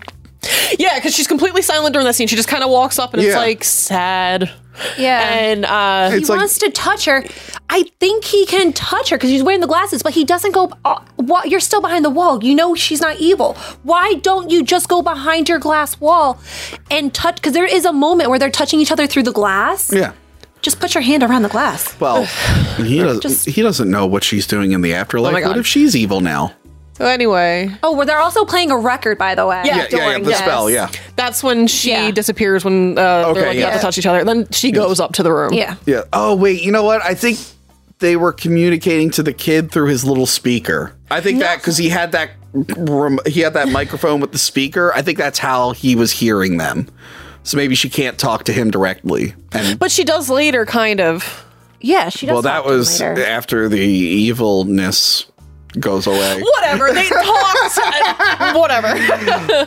Speaker 6: Yeah, because she's completely silent during that scene. She just kind of walks up and it's
Speaker 4: Yeah.
Speaker 6: like sad.
Speaker 5: Yeah.
Speaker 6: And uh,
Speaker 5: he wants to touch her. I think he can touch her because she's wearing the glasses, but he doesn't go. Uh, wha- you're still behind the wall. You know she's not evil. Why don't you just go behind your glass wall and touch? Because there is a moment where they're touching each other through the glass.
Speaker 4: "Yeah,
Speaker 5: Just put your hand around the glass.
Speaker 4: well, he doesn't.
Speaker 5: Just-
Speaker 4: he doesn't know what she's doing in the afterlife.
Speaker 5: Oh my
Speaker 4: what
Speaker 5: God.
Speaker 4: if she's evil now?"
Speaker 6: Anyway.
Speaker 5: Oh, well, they're also playing a record, by the way.
Speaker 6: Yeah, Doring, yes. That's when she disappears when uh,
Speaker 4: Okay,
Speaker 6: they're like
Speaker 4: yeah.
Speaker 6: about to touch each other. And then she goes up to the room.
Speaker 5: Yeah.
Speaker 4: Yeah. Oh wait, you know what? I think they were communicating to the kid through his little speaker. I think that because he had that rem- he had that microphone with the speaker. I think that's how he was hearing them. So maybe she can't talk to him directly. And
Speaker 6: But she does later, kind of.
Speaker 5: Yeah, she
Speaker 4: well, that was after the evilness goes away.
Speaker 6: Whatever. They talked. uh, whatever.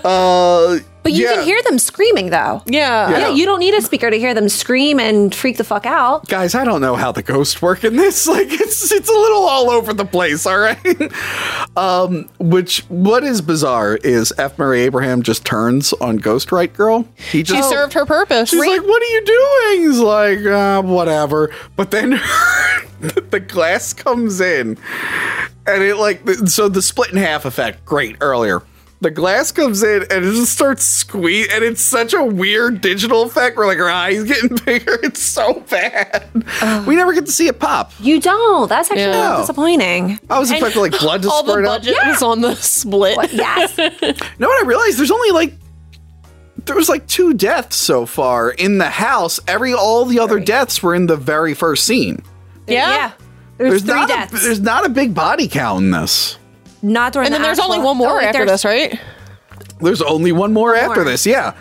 Speaker 4: Uh,
Speaker 5: But you
Speaker 4: yeah.
Speaker 5: can hear them screaming, though.
Speaker 6: Yeah.
Speaker 5: yeah.
Speaker 4: Yeah.
Speaker 5: You don't need a speaker to hear them scream and freak the fuck out.
Speaker 4: guys i don't know how the ghosts work in this like it's it's a little all over the place all right um which what is bizarre is f murray abraham just turns on ghost right girl he
Speaker 6: She
Speaker 4: just
Speaker 6: served her purpose.
Speaker 4: she's like what are you doing he's like uh, whatever but then the glass comes in and it like th- so the split in half effect great earlier the glass comes in and it just starts squeeze and it's such a weird digital effect where like her eyes getting bigger it's so bad we never get to see it pop
Speaker 5: you don't that's actually a
Speaker 4: No.
Speaker 5: little disappointing.
Speaker 4: I was expecting like blood to
Speaker 6: all the
Speaker 4: squirt out.
Speaker 6: budget was on the split.
Speaker 5: yes.
Speaker 4: No, what I realized there's only like there was like two deaths so far in the house. Every all the other deaths were in the very first scene.
Speaker 6: Yeah.
Speaker 5: There's, three
Speaker 4: not
Speaker 5: deaths.
Speaker 4: A, there's not a big body count in this.
Speaker 5: not during
Speaker 6: And
Speaker 5: the
Speaker 6: then there's only
Speaker 5: actual-
Speaker 6: one more
Speaker 5: Oh, wait,
Speaker 6: after
Speaker 5: there's-
Speaker 6: this, right?
Speaker 4: There's only one more after this. Yeah,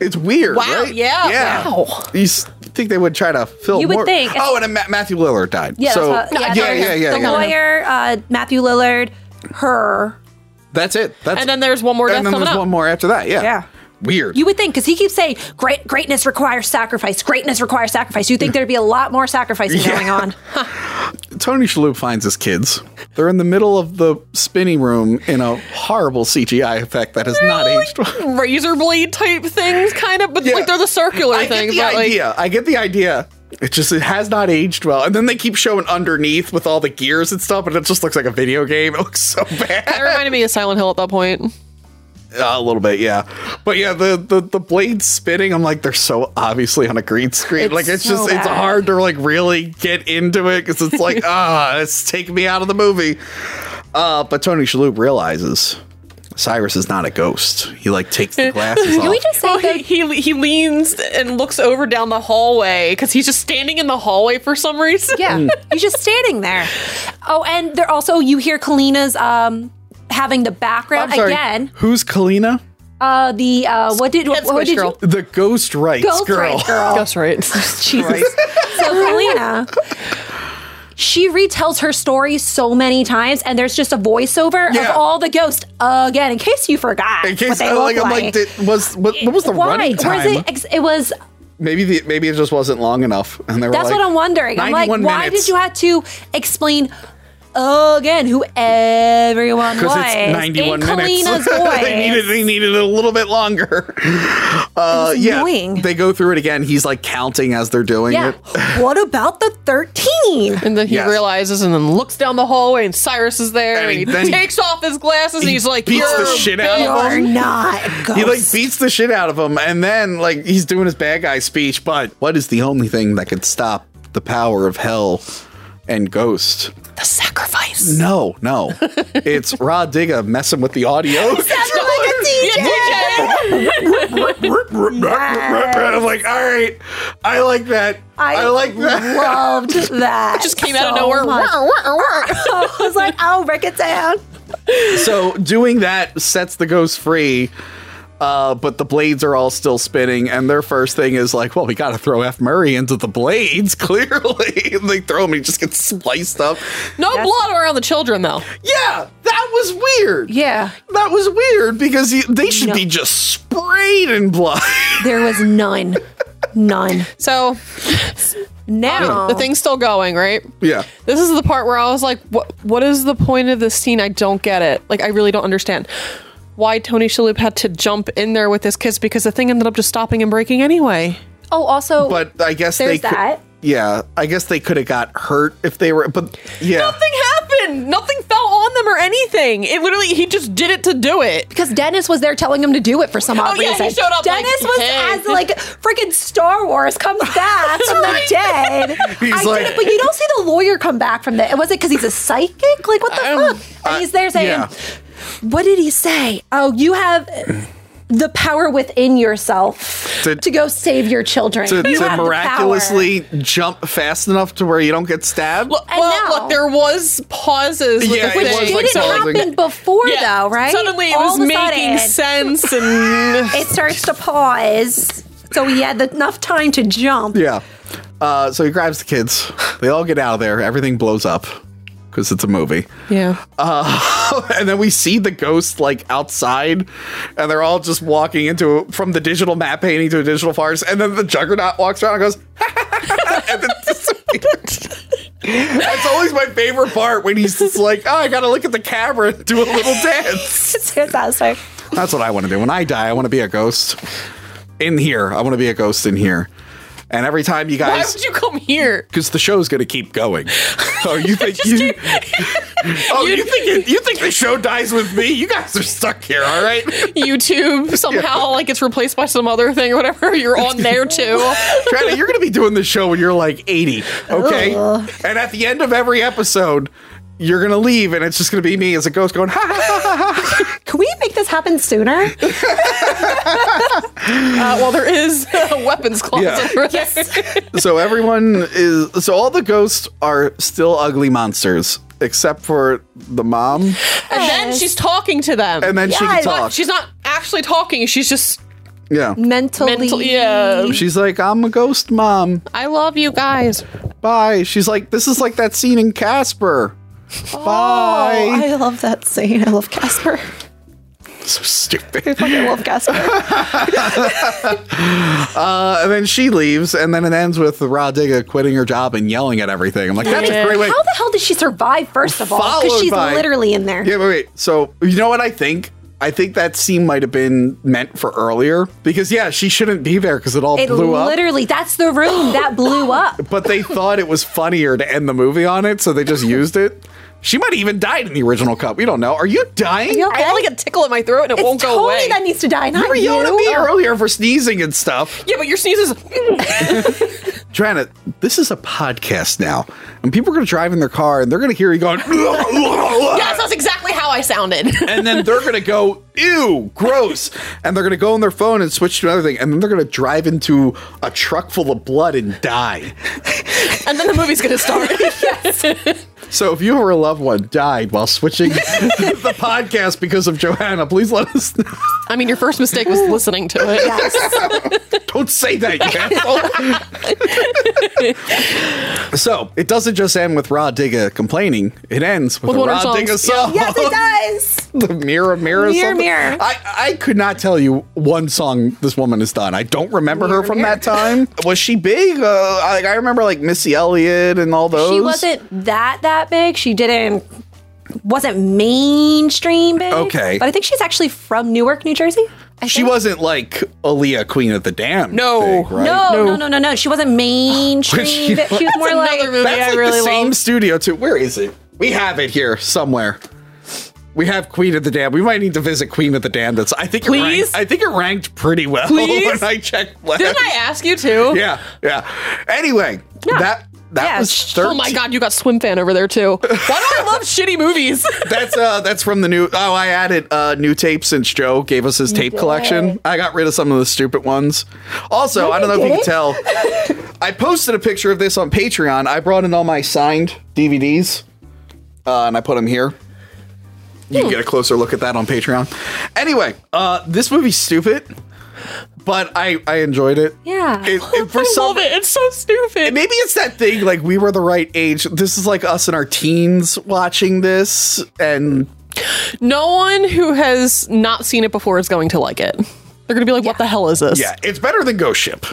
Speaker 4: it's weird.
Speaker 6: Wow,
Speaker 4: right?
Speaker 6: yeah,
Speaker 4: Yeah.
Speaker 6: wow.
Speaker 4: You s- think they would try to fill?
Speaker 5: You would
Speaker 4: more-
Speaker 5: think.
Speaker 4: Oh, and a Ma- Matthew Lillard died.
Speaker 5: Yeah,
Speaker 4: So
Speaker 5: that's what,
Speaker 4: yeah,
Speaker 5: yeah,
Speaker 4: yeah,
Speaker 5: there's
Speaker 4: yeah,
Speaker 5: The
Speaker 4: yeah.
Speaker 5: lawyer, uh, Matthew Lillard, her.
Speaker 4: That's it. That's
Speaker 6: And then there's one more death
Speaker 4: and then
Speaker 6: coming
Speaker 4: there's
Speaker 6: up.
Speaker 4: one more after that. Yeah.
Speaker 5: Yeah.
Speaker 4: Weird.
Speaker 5: You would think, because he keeps saying, Great, greatness requires sacrifice. Greatness requires sacrifice. You'd think there'd be a lot more sacrificing
Speaker 4: Yeah.
Speaker 5: going on.
Speaker 4: Tony Shalhoub finds his kids. They're in the middle of the spinning room in a horrible CGI effect that has not aged well.
Speaker 6: Razor blade type things, kind of, but
Speaker 4: Yeah.
Speaker 6: like they're the circular
Speaker 4: I get
Speaker 6: things.
Speaker 4: the
Speaker 6: but, like,
Speaker 4: idea. I get the idea. It just it has not aged well. And then they keep showing underneath with all the gears and stuff, and it just looks like a video game. It looks so bad. Uh,
Speaker 6: that reminded me of Silent Hill at that point.
Speaker 4: a little bit, yeah. But yeah, the the the blades spinning. I'm like, they're so obviously on a green screen.
Speaker 6: It's
Speaker 4: like it's
Speaker 6: so
Speaker 4: just it's
Speaker 6: bad.
Speaker 4: hard to like really get into it because it's like ah, it's taking me out of the movie. Uh, but Tony Shalhoub realizes Cyrus is not a ghost. He like takes the glasses off.
Speaker 5: just
Speaker 6: say he, he he leans and looks over down the hallway because he's just standing in the hallway for some reason.
Speaker 5: Yeah. He's Mm. just standing there. Oh, and there also, you hear Kalina's um, having the background
Speaker 4: I'm sorry,
Speaker 5: again.
Speaker 4: Who's Kalina?
Speaker 5: Uh, the, uh, what did, what, what did you?
Speaker 4: The ghost rights
Speaker 5: Ghost
Speaker 4: girl.
Speaker 5: rights girl. Ghost
Speaker 6: rights.
Speaker 5: So Kalina, she retells her story so many times, and there's just a voiceover
Speaker 4: Yeah.
Speaker 5: of all the ghosts again, in case you forgot.
Speaker 4: In case
Speaker 5: what they
Speaker 4: uh,
Speaker 5: look
Speaker 4: like, I'm like, did, was what, what was the
Speaker 5: Why?
Speaker 4: running
Speaker 5: Where's
Speaker 4: time?
Speaker 5: it, ex- it was.
Speaker 4: maybe the maybe it just wasn't long enough, and they were
Speaker 5: That's
Speaker 4: like,
Speaker 5: what I'm wondering. I'm like,
Speaker 4: 91
Speaker 5: why
Speaker 4: minutes.
Speaker 5: did you have to explain again who everyone was?
Speaker 4: because it's 91
Speaker 5: in
Speaker 4: minutes.
Speaker 5: Kalina's voice.
Speaker 4: they needed they needed it a little bit longer. Uh, yeah, they go through it again. He's like counting as they're doing
Speaker 5: Yeah.
Speaker 4: it.
Speaker 5: what about the 13?
Speaker 6: And then he
Speaker 4: Yes.
Speaker 6: realizes and then looks down the hallway and Cyrus is there and,
Speaker 4: he-
Speaker 6: he,
Speaker 4: then he-
Speaker 6: takes off his glasses and
Speaker 4: he
Speaker 6: he's like,
Speaker 4: beats the
Speaker 6: "You're
Speaker 4: shit out of
Speaker 6: banned."
Speaker 4: him. You're
Speaker 5: not
Speaker 4: He like beats the shit out of him, and then like he's doing his bad guy speech. But what is the only thing that could stop the power of hell and ghost?
Speaker 6: The sacrifice.
Speaker 4: No, no, it's Rod Digga messing with the audio. I'm like, all right, I like that. I, like that.
Speaker 5: loved that.
Speaker 6: Just came out of
Speaker 5: so
Speaker 6: nowhere.
Speaker 5: much.
Speaker 6: Wah, wah,
Speaker 5: I was like, oh, break it down.
Speaker 4: so doing that sets the ghost free. Uh, but the blades are all still spinning, and their first thing is like, "Well, we got to throw F. Murray into the blades." Clearly, and they throw him; he just gets spliced up.
Speaker 6: No blood around the children though.
Speaker 4: Yeah, that was weird.
Speaker 5: Yeah,
Speaker 4: that was weird because he, they should be just sprayed in blood.
Speaker 5: There was none. None.
Speaker 6: So
Speaker 5: now Oh.
Speaker 6: the thing's still going, right?
Speaker 4: Yeah.
Speaker 6: This is the part where I was like, what what is the point of this scene? I don't get it. Like I really don't understand. Why Tony Shalhoub had to jump in there with his kids because the thing ended up just stopping and breaking anyway.
Speaker 5: Oh, also,
Speaker 4: But I guess
Speaker 6: There's
Speaker 4: they could,
Speaker 6: that.
Speaker 4: Yeah, I guess they could have got hurt if they were. But yeah,
Speaker 6: Nothing happened. Nothing fell on them or anything. It literally he just did it to do it.
Speaker 5: because Dennis was there telling him to do it for some odd
Speaker 6: Oh, yeah, he
Speaker 5: reason.
Speaker 6: showed up like,
Speaker 5: Dennis was
Speaker 6: "Hey."
Speaker 5: as like freaking Star Wars comes back from the dead.
Speaker 4: He's
Speaker 5: I
Speaker 4: like-
Speaker 5: get it, but you don't see the lawyer come back from that. Was it because he's a psychic? Like what the fuck? And he's there saying, What did he say? Oh, you have the power within yourself to, go save your children.
Speaker 4: to,
Speaker 5: You
Speaker 4: to
Speaker 5: have the power.
Speaker 4: miraculously jump fast enough to where you don't get stabbed.
Speaker 6: well, look, there was pauses.
Speaker 4: Yeah,
Speaker 6: with the
Speaker 4: it
Speaker 6: thing.
Speaker 4: was, like, Which didn't pausing. happen
Speaker 5: before,
Speaker 6: though,
Speaker 5: right?
Speaker 6: Suddenly, it
Speaker 5: All
Speaker 6: was
Speaker 5: of a
Speaker 6: making
Speaker 5: sudden.
Speaker 6: sense, and
Speaker 5: it starts to pause. So he had enough time to jump.
Speaker 4: Yeah. Uh, so he grabs the kids. They all get out of there. Everything blows up because it's a movie.
Speaker 6: Yeah.
Speaker 4: Uh, and then we see the ghost like outside, and they're all just walking into from the digital map painting to a digital forest. And then the juggernaut walks around and goes, and then disappears. That's always my favorite part when he's just like, oh, I gotta look at the camera and do a little dance.
Speaker 5: it's fantastic.
Speaker 4: That's what I want to do. When I die, I want to be a ghost in here. I want to be a ghost in here. And every time you
Speaker 6: why
Speaker 4: guys,
Speaker 6: would you come here?
Speaker 4: because the show's going to keep going. Oh, you think you? oh, you think it, you think the show dies with me? You guys are stuck here, all right?
Speaker 6: YouTube somehow like it's replaced by some other thing or whatever. You're on there too.
Speaker 4: Trina, you're going to be doing this show when you're like 80, okay? And at the end of every episode, you're going to leave, and it's just going to be me as a ghost going, ha ha ha ha. ha.
Speaker 5: Can we make this happen sooner?
Speaker 6: Uh, well, there is a weapons closet.
Speaker 4: Yeah.
Speaker 6: over there.
Speaker 4: so everyone is so all the ghosts are still ugly monsters except for the mom
Speaker 6: And then she's talking to them.
Speaker 4: And then she can
Speaker 6: But
Speaker 4: talk.
Speaker 6: She's not actually talking. She's just
Speaker 4: yeah
Speaker 5: mentally.
Speaker 6: mental. Yeah.
Speaker 4: she's like i'm a ghost mom
Speaker 6: I love you guys.
Speaker 4: bye she's like this is like that scene in casper
Speaker 5: Oh,
Speaker 4: bye
Speaker 3: I love that scene. I love Casper.
Speaker 4: so stupid
Speaker 3: I fucking love Casper.
Speaker 4: uh, and then she leaves and then it ends with Rodiga quitting her job and yelling at everything i'm like that's a great way
Speaker 5: How the hell did she survive, first of all? Because
Speaker 4: Followed
Speaker 5: she's
Speaker 4: by-
Speaker 5: literally in there.
Speaker 4: Yeah, wait, wait. So you know what I think? I think that scene might have been meant for earlier because yeah, she shouldn't be there because it all
Speaker 5: it
Speaker 4: blew up.
Speaker 5: literally, that's the room that blew up.
Speaker 4: But they thought it was funnier to end the movie on it, so they just used it. She might have even died in the original cut. We don't know. Are you dying?
Speaker 6: I have like a tickle in my throat and it won't go
Speaker 5: Tony
Speaker 6: away.
Speaker 5: that needs to die, not
Speaker 4: You were yelling at me earlier for sneezing and stuff.
Speaker 6: yeah, but your sneeze is.
Speaker 4: Joanna, this is a podcast now, and people are going to drive in their car and they're going to hear you going.
Speaker 6: yes, that's exactly how I sounded.
Speaker 4: and then they're gonna go, ew, gross. And they're gonna go on their phone and switch to another thing, and then they're gonna drive into a truck full of blood and die.
Speaker 6: and then the movie's gonna start.
Speaker 4: So if you or a loved one died while switching the podcast because of Johanna, please let us know.
Speaker 6: I mean, your first mistake was listening to it.
Speaker 4: Don't say that, you asshole. so it doesn't just end with Rod Digga complaining; it ends with,
Speaker 6: With
Speaker 4: a
Speaker 6: one of
Speaker 4: Rod
Speaker 6: her
Speaker 4: Digga
Speaker 6: songs. Yeah.
Speaker 4: song.
Speaker 6: Yes, it
Speaker 5: does.
Speaker 4: the mirror, mirror,
Speaker 5: Mirror,
Speaker 4: something.
Speaker 5: mirror.
Speaker 4: I I could not tell you one song this woman has done. I don't remember her from that time. Was she big? Uh, I, I remember like Missy Elliott and all those.
Speaker 5: She wasn't that that big. She didn't wasn't mainstream big.
Speaker 4: Okay.
Speaker 5: but I think she's actually from Newark, New Jersey. I
Speaker 4: She
Speaker 5: think.
Speaker 4: wasn't like Aaliyah, Queen of the Dam.
Speaker 6: No.
Speaker 4: right?
Speaker 5: No, no, no, no, no. She wasn't mainstream.
Speaker 4: Which-
Speaker 5: big. she was more
Speaker 6: That's
Speaker 5: like
Speaker 6: another movie
Speaker 4: That's
Speaker 6: I
Speaker 4: like
Speaker 6: really
Speaker 4: the same
Speaker 6: love.
Speaker 4: studio too. Where is it? We have it here somewhere. We have Queen of the Dam. We might need to visit Queen of the Dam. That's I think It
Speaker 6: Please?
Speaker 4: ranked, I think it ranked pretty well
Speaker 6: Please?
Speaker 4: when I checked last.
Speaker 6: Didn't I ask you to?
Speaker 4: Yeah, yeah. Anyway, that that
Speaker 6: Yeah,
Speaker 4: was
Speaker 6: sh-
Speaker 4: 13.
Speaker 6: Oh my god, you got swim fan over there too. Why do I love shitty movies?
Speaker 4: That's uh that's from the new oh I added uh new tape since Joe gave us his tape collection. I got rid of some of the stupid ones. Also, I don't know if you can tell. I posted a picture of this on Patreon. I brought in all my signed DVDs. Uh, and I put them here. You can get a
Speaker 6: Hmm.
Speaker 4: closer look at that on Patreon. Anyway, uh this movie's stupid, but I I enjoyed it.
Speaker 5: Yeah.
Speaker 4: It, it- for
Speaker 6: I
Speaker 4: some
Speaker 6: love it. It's so stupid.
Speaker 4: Maybe it's that thing like we were the right age. This is like us in our teens watching this and
Speaker 6: No one who has not seen it before is going to like it. They're gonna be like, "What the hell is this?"
Speaker 4: Yeah, it's better than Ghost Ship,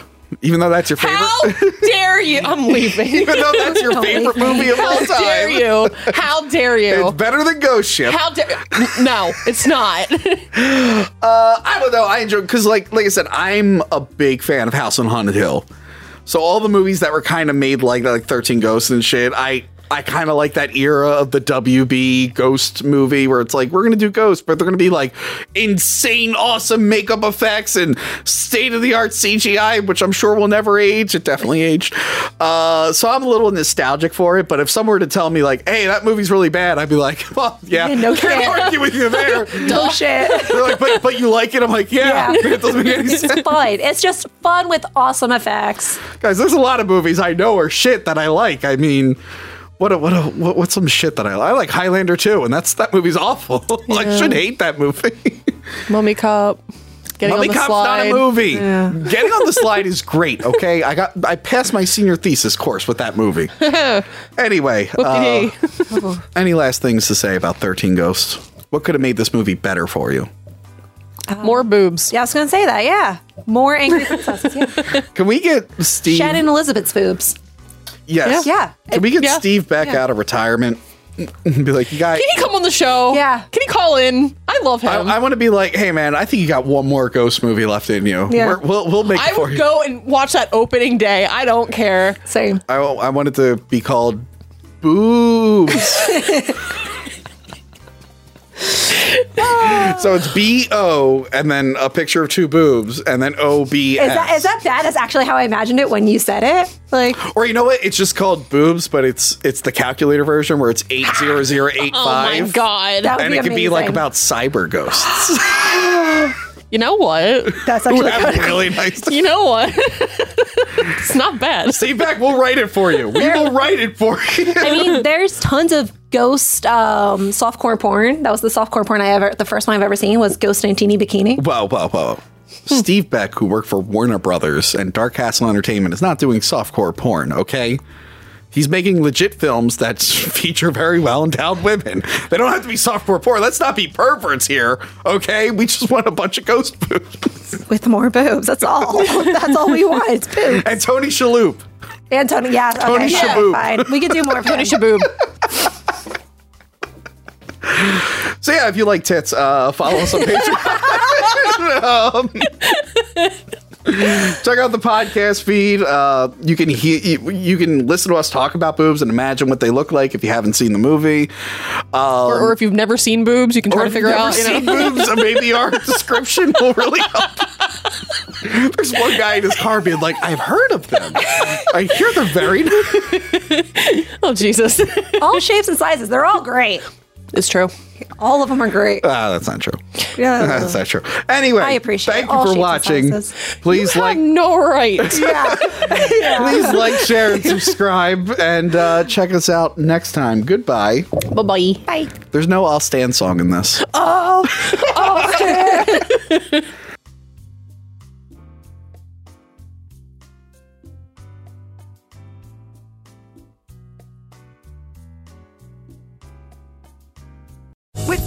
Speaker 4: even though that's your favorite.
Speaker 6: How dare you? I'm leaving.
Speaker 4: Even though that's your
Speaker 6: Don't
Speaker 4: favorite
Speaker 6: leave me.
Speaker 4: movie of all
Speaker 6: How dare
Speaker 4: time.
Speaker 6: you? How dare you?
Speaker 4: It's better than Ghost Ship.
Speaker 6: How dare? No, it's not.
Speaker 4: uh, I don't know. I enjoy because, like, like I said, I'm a big fan of House on Haunted Hill. So all the movies that were kind of made like that, like Thirteen Ghosts and shit, I I kind of like that era of the WB ghost movie where it's like, we're going to do ghosts, but they're going to be like insane, awesome makeup effects and state of the art CGI, which I'm sure will never age. It definitely aged. Uh, so I'm a little nostalgic for it, but if someone were to tell me, like, hey, that movie's really bad, I'd be like, well, yeah,
Speaker 3: Yeah, no
Speaker 4: can't
Speaker 3: shit.
Speaker 4: argue with you there.
Speaker 3: No shit.
Speaker 4: They're like, but, but you like it? I'm like, yeah, it doesn't make any sense.
Speaker 5: It's fun. It's just fun with awesome effects.
Speaker 4: Guys, there's a lot of movies I know are shit that I like. I mean, what a, what a, what what's some shit that I like? I like Highlander too, and that's that movie's awful. I
Speaker 6: Yeah.
Speaker 4: should hate that movie.
Speaker 6: Mummy Cop. Getting
Speaker 4: Mummy
Speaker 6: on the
Speaker 4: Cop's
Speaker 6: slide.
Speaker 4: not a movie.
Speaker 6: Yeah.
Speaker 4: Getting on the slide is great. Okay, I got I passed my senior thesis course with that movie. Anyway, uh, any last things to say about Thirteen Ghosts? What could have made this movie better for you?
Speaker 6: uh,
Speaker 5: More boobs. Yeah, I was going to say that. Yeah. More angry princesses. Yeah.
Speaker 4: Can we get Steve?
Speaker 5: Shannon Elizabeth's boobs.
Speaker 4: yes.
Speaker 5: Yeah.
Speaker 4: Can we get
Speaker 5: Yeah.
Speaker 4: Steve back
Speaker 6: Yeah.
Speaker 4: out of retirement? Be like, you guys.
Speaker 6: Can he come on the show? Yeah. Can he call in? I love him.
Speaker 4: I, I want to be like, hey man, I think you got one more ghost movie left in you.
Speaker 6: Yeah.
Speaker 4: We're, we'll we'll make it
Speaker 6: I
Speaker 4: for
Speaker 6: would
Speaker 4: you.
Speaker 6: go and watch that opening day. I don't care.
Speaker 5: Same.
Speaker 4: I wa- I wanted to be called boobs. so it's B O and then a picture of two boobs and then O B
Speaker 5: Is that,
Speaker 4: S.
Speaker 5: is that bad? That's actually how I imagined it when you said it. Like,
Speaker 4: Or you know what? It's just called boobs, but it's it's the calculator version where it's eight zero zero eight five.
Speaker 6: Oh my God. That would
Speaker 4: And
Speaker 6: be
Speaker 4: it could be like
Speaker 6: amazing.
Speaker 4: about cyber ghosts.
Speaker 6: you know what?
Speaker 5: That's
Speaker 4: actually That would be really nice.
Speaker 6: You know what? it's not bad.
Speaker 4: Steve back, we'll write it for you. We will write it for you.
Speaker 5: I mean, there's tons of ghost um, softcore porn. That was the softcore porn I ever, the first one I've ever seen was Ghost in a Teeny Bikini.
Speaker 4: Wow, wow, wow. Steve Beck, who worked for Warner Brothers and Dark Castle Entertainment, is not doing softcore porn, okay? He's making legit films that feature very well endowed women. They don't have to be softcore porn. Let's not be perverts here, okay? We just want a bunch of ghost boobs.
Speaker 5: With more boobs, that's all. that's all we want. It's boobs.
Speaker 4: And Tony Shalhoub.
Speaker 5: And Tony, yeah, okay,
Speaker 4: Tony
Speaker 5: yeah,
Speaker 4: Shaboob.
Speaker 5: fine. We could do more. Tony
Speaker 6: Shaboob.
Speaker 4: So yeah, if you like tits, uh, follow us on Patreon. um, check out the podcast feed. Uh, you can hear, you, you can listen to us talk about boobs and imagine what they look like if you haven't seen the movie, um,
Speaker 6: or, or if you've never seen boobs, you can
Speaker 4: or
Speaker 6: try to
Speaker 4: if you've
Speaker 6: figure
Speaker 4: never
Speaker 6: out. You
Speaker 4: seen
Speaker 6: know.
Speaker 4: boobs, maybe our description will really help. There's one guy in his car being like, "I've heard of them. I hear they're very."
Speaker 6: oh Jesus!
Speaker 5: all shapes and sizes. They're all great.
Speaker 6: It's true.
Speaker 5: All of them are great.
Speaker 4: Ah, that's not true.
Speaker 5: Yeah.
Speaker 4: that's not true. Anyway,
Speaker 5: Oh. I appreciate
Speaker 4: thank
Speaker 5: it.
Speaker 4: you
Speaker 5: All
Speaker 4: for
Speaker 5: shapes and
Speaker 4: watching.
Speaker 5: sizes.
Speaker 4: Please like,
Speaker 6: no right.
Speaker 5: Yeah.
Speaker 4: Please like, share, and subscribe, and uh, check us out next time. Goodbye.
Speaker 6: Bye bye.
Speaker 5: Bye.
Speaker 4: There's no "I'll Stand" song in this.
Speaker 5: Oh. oh.
Speaker 9: With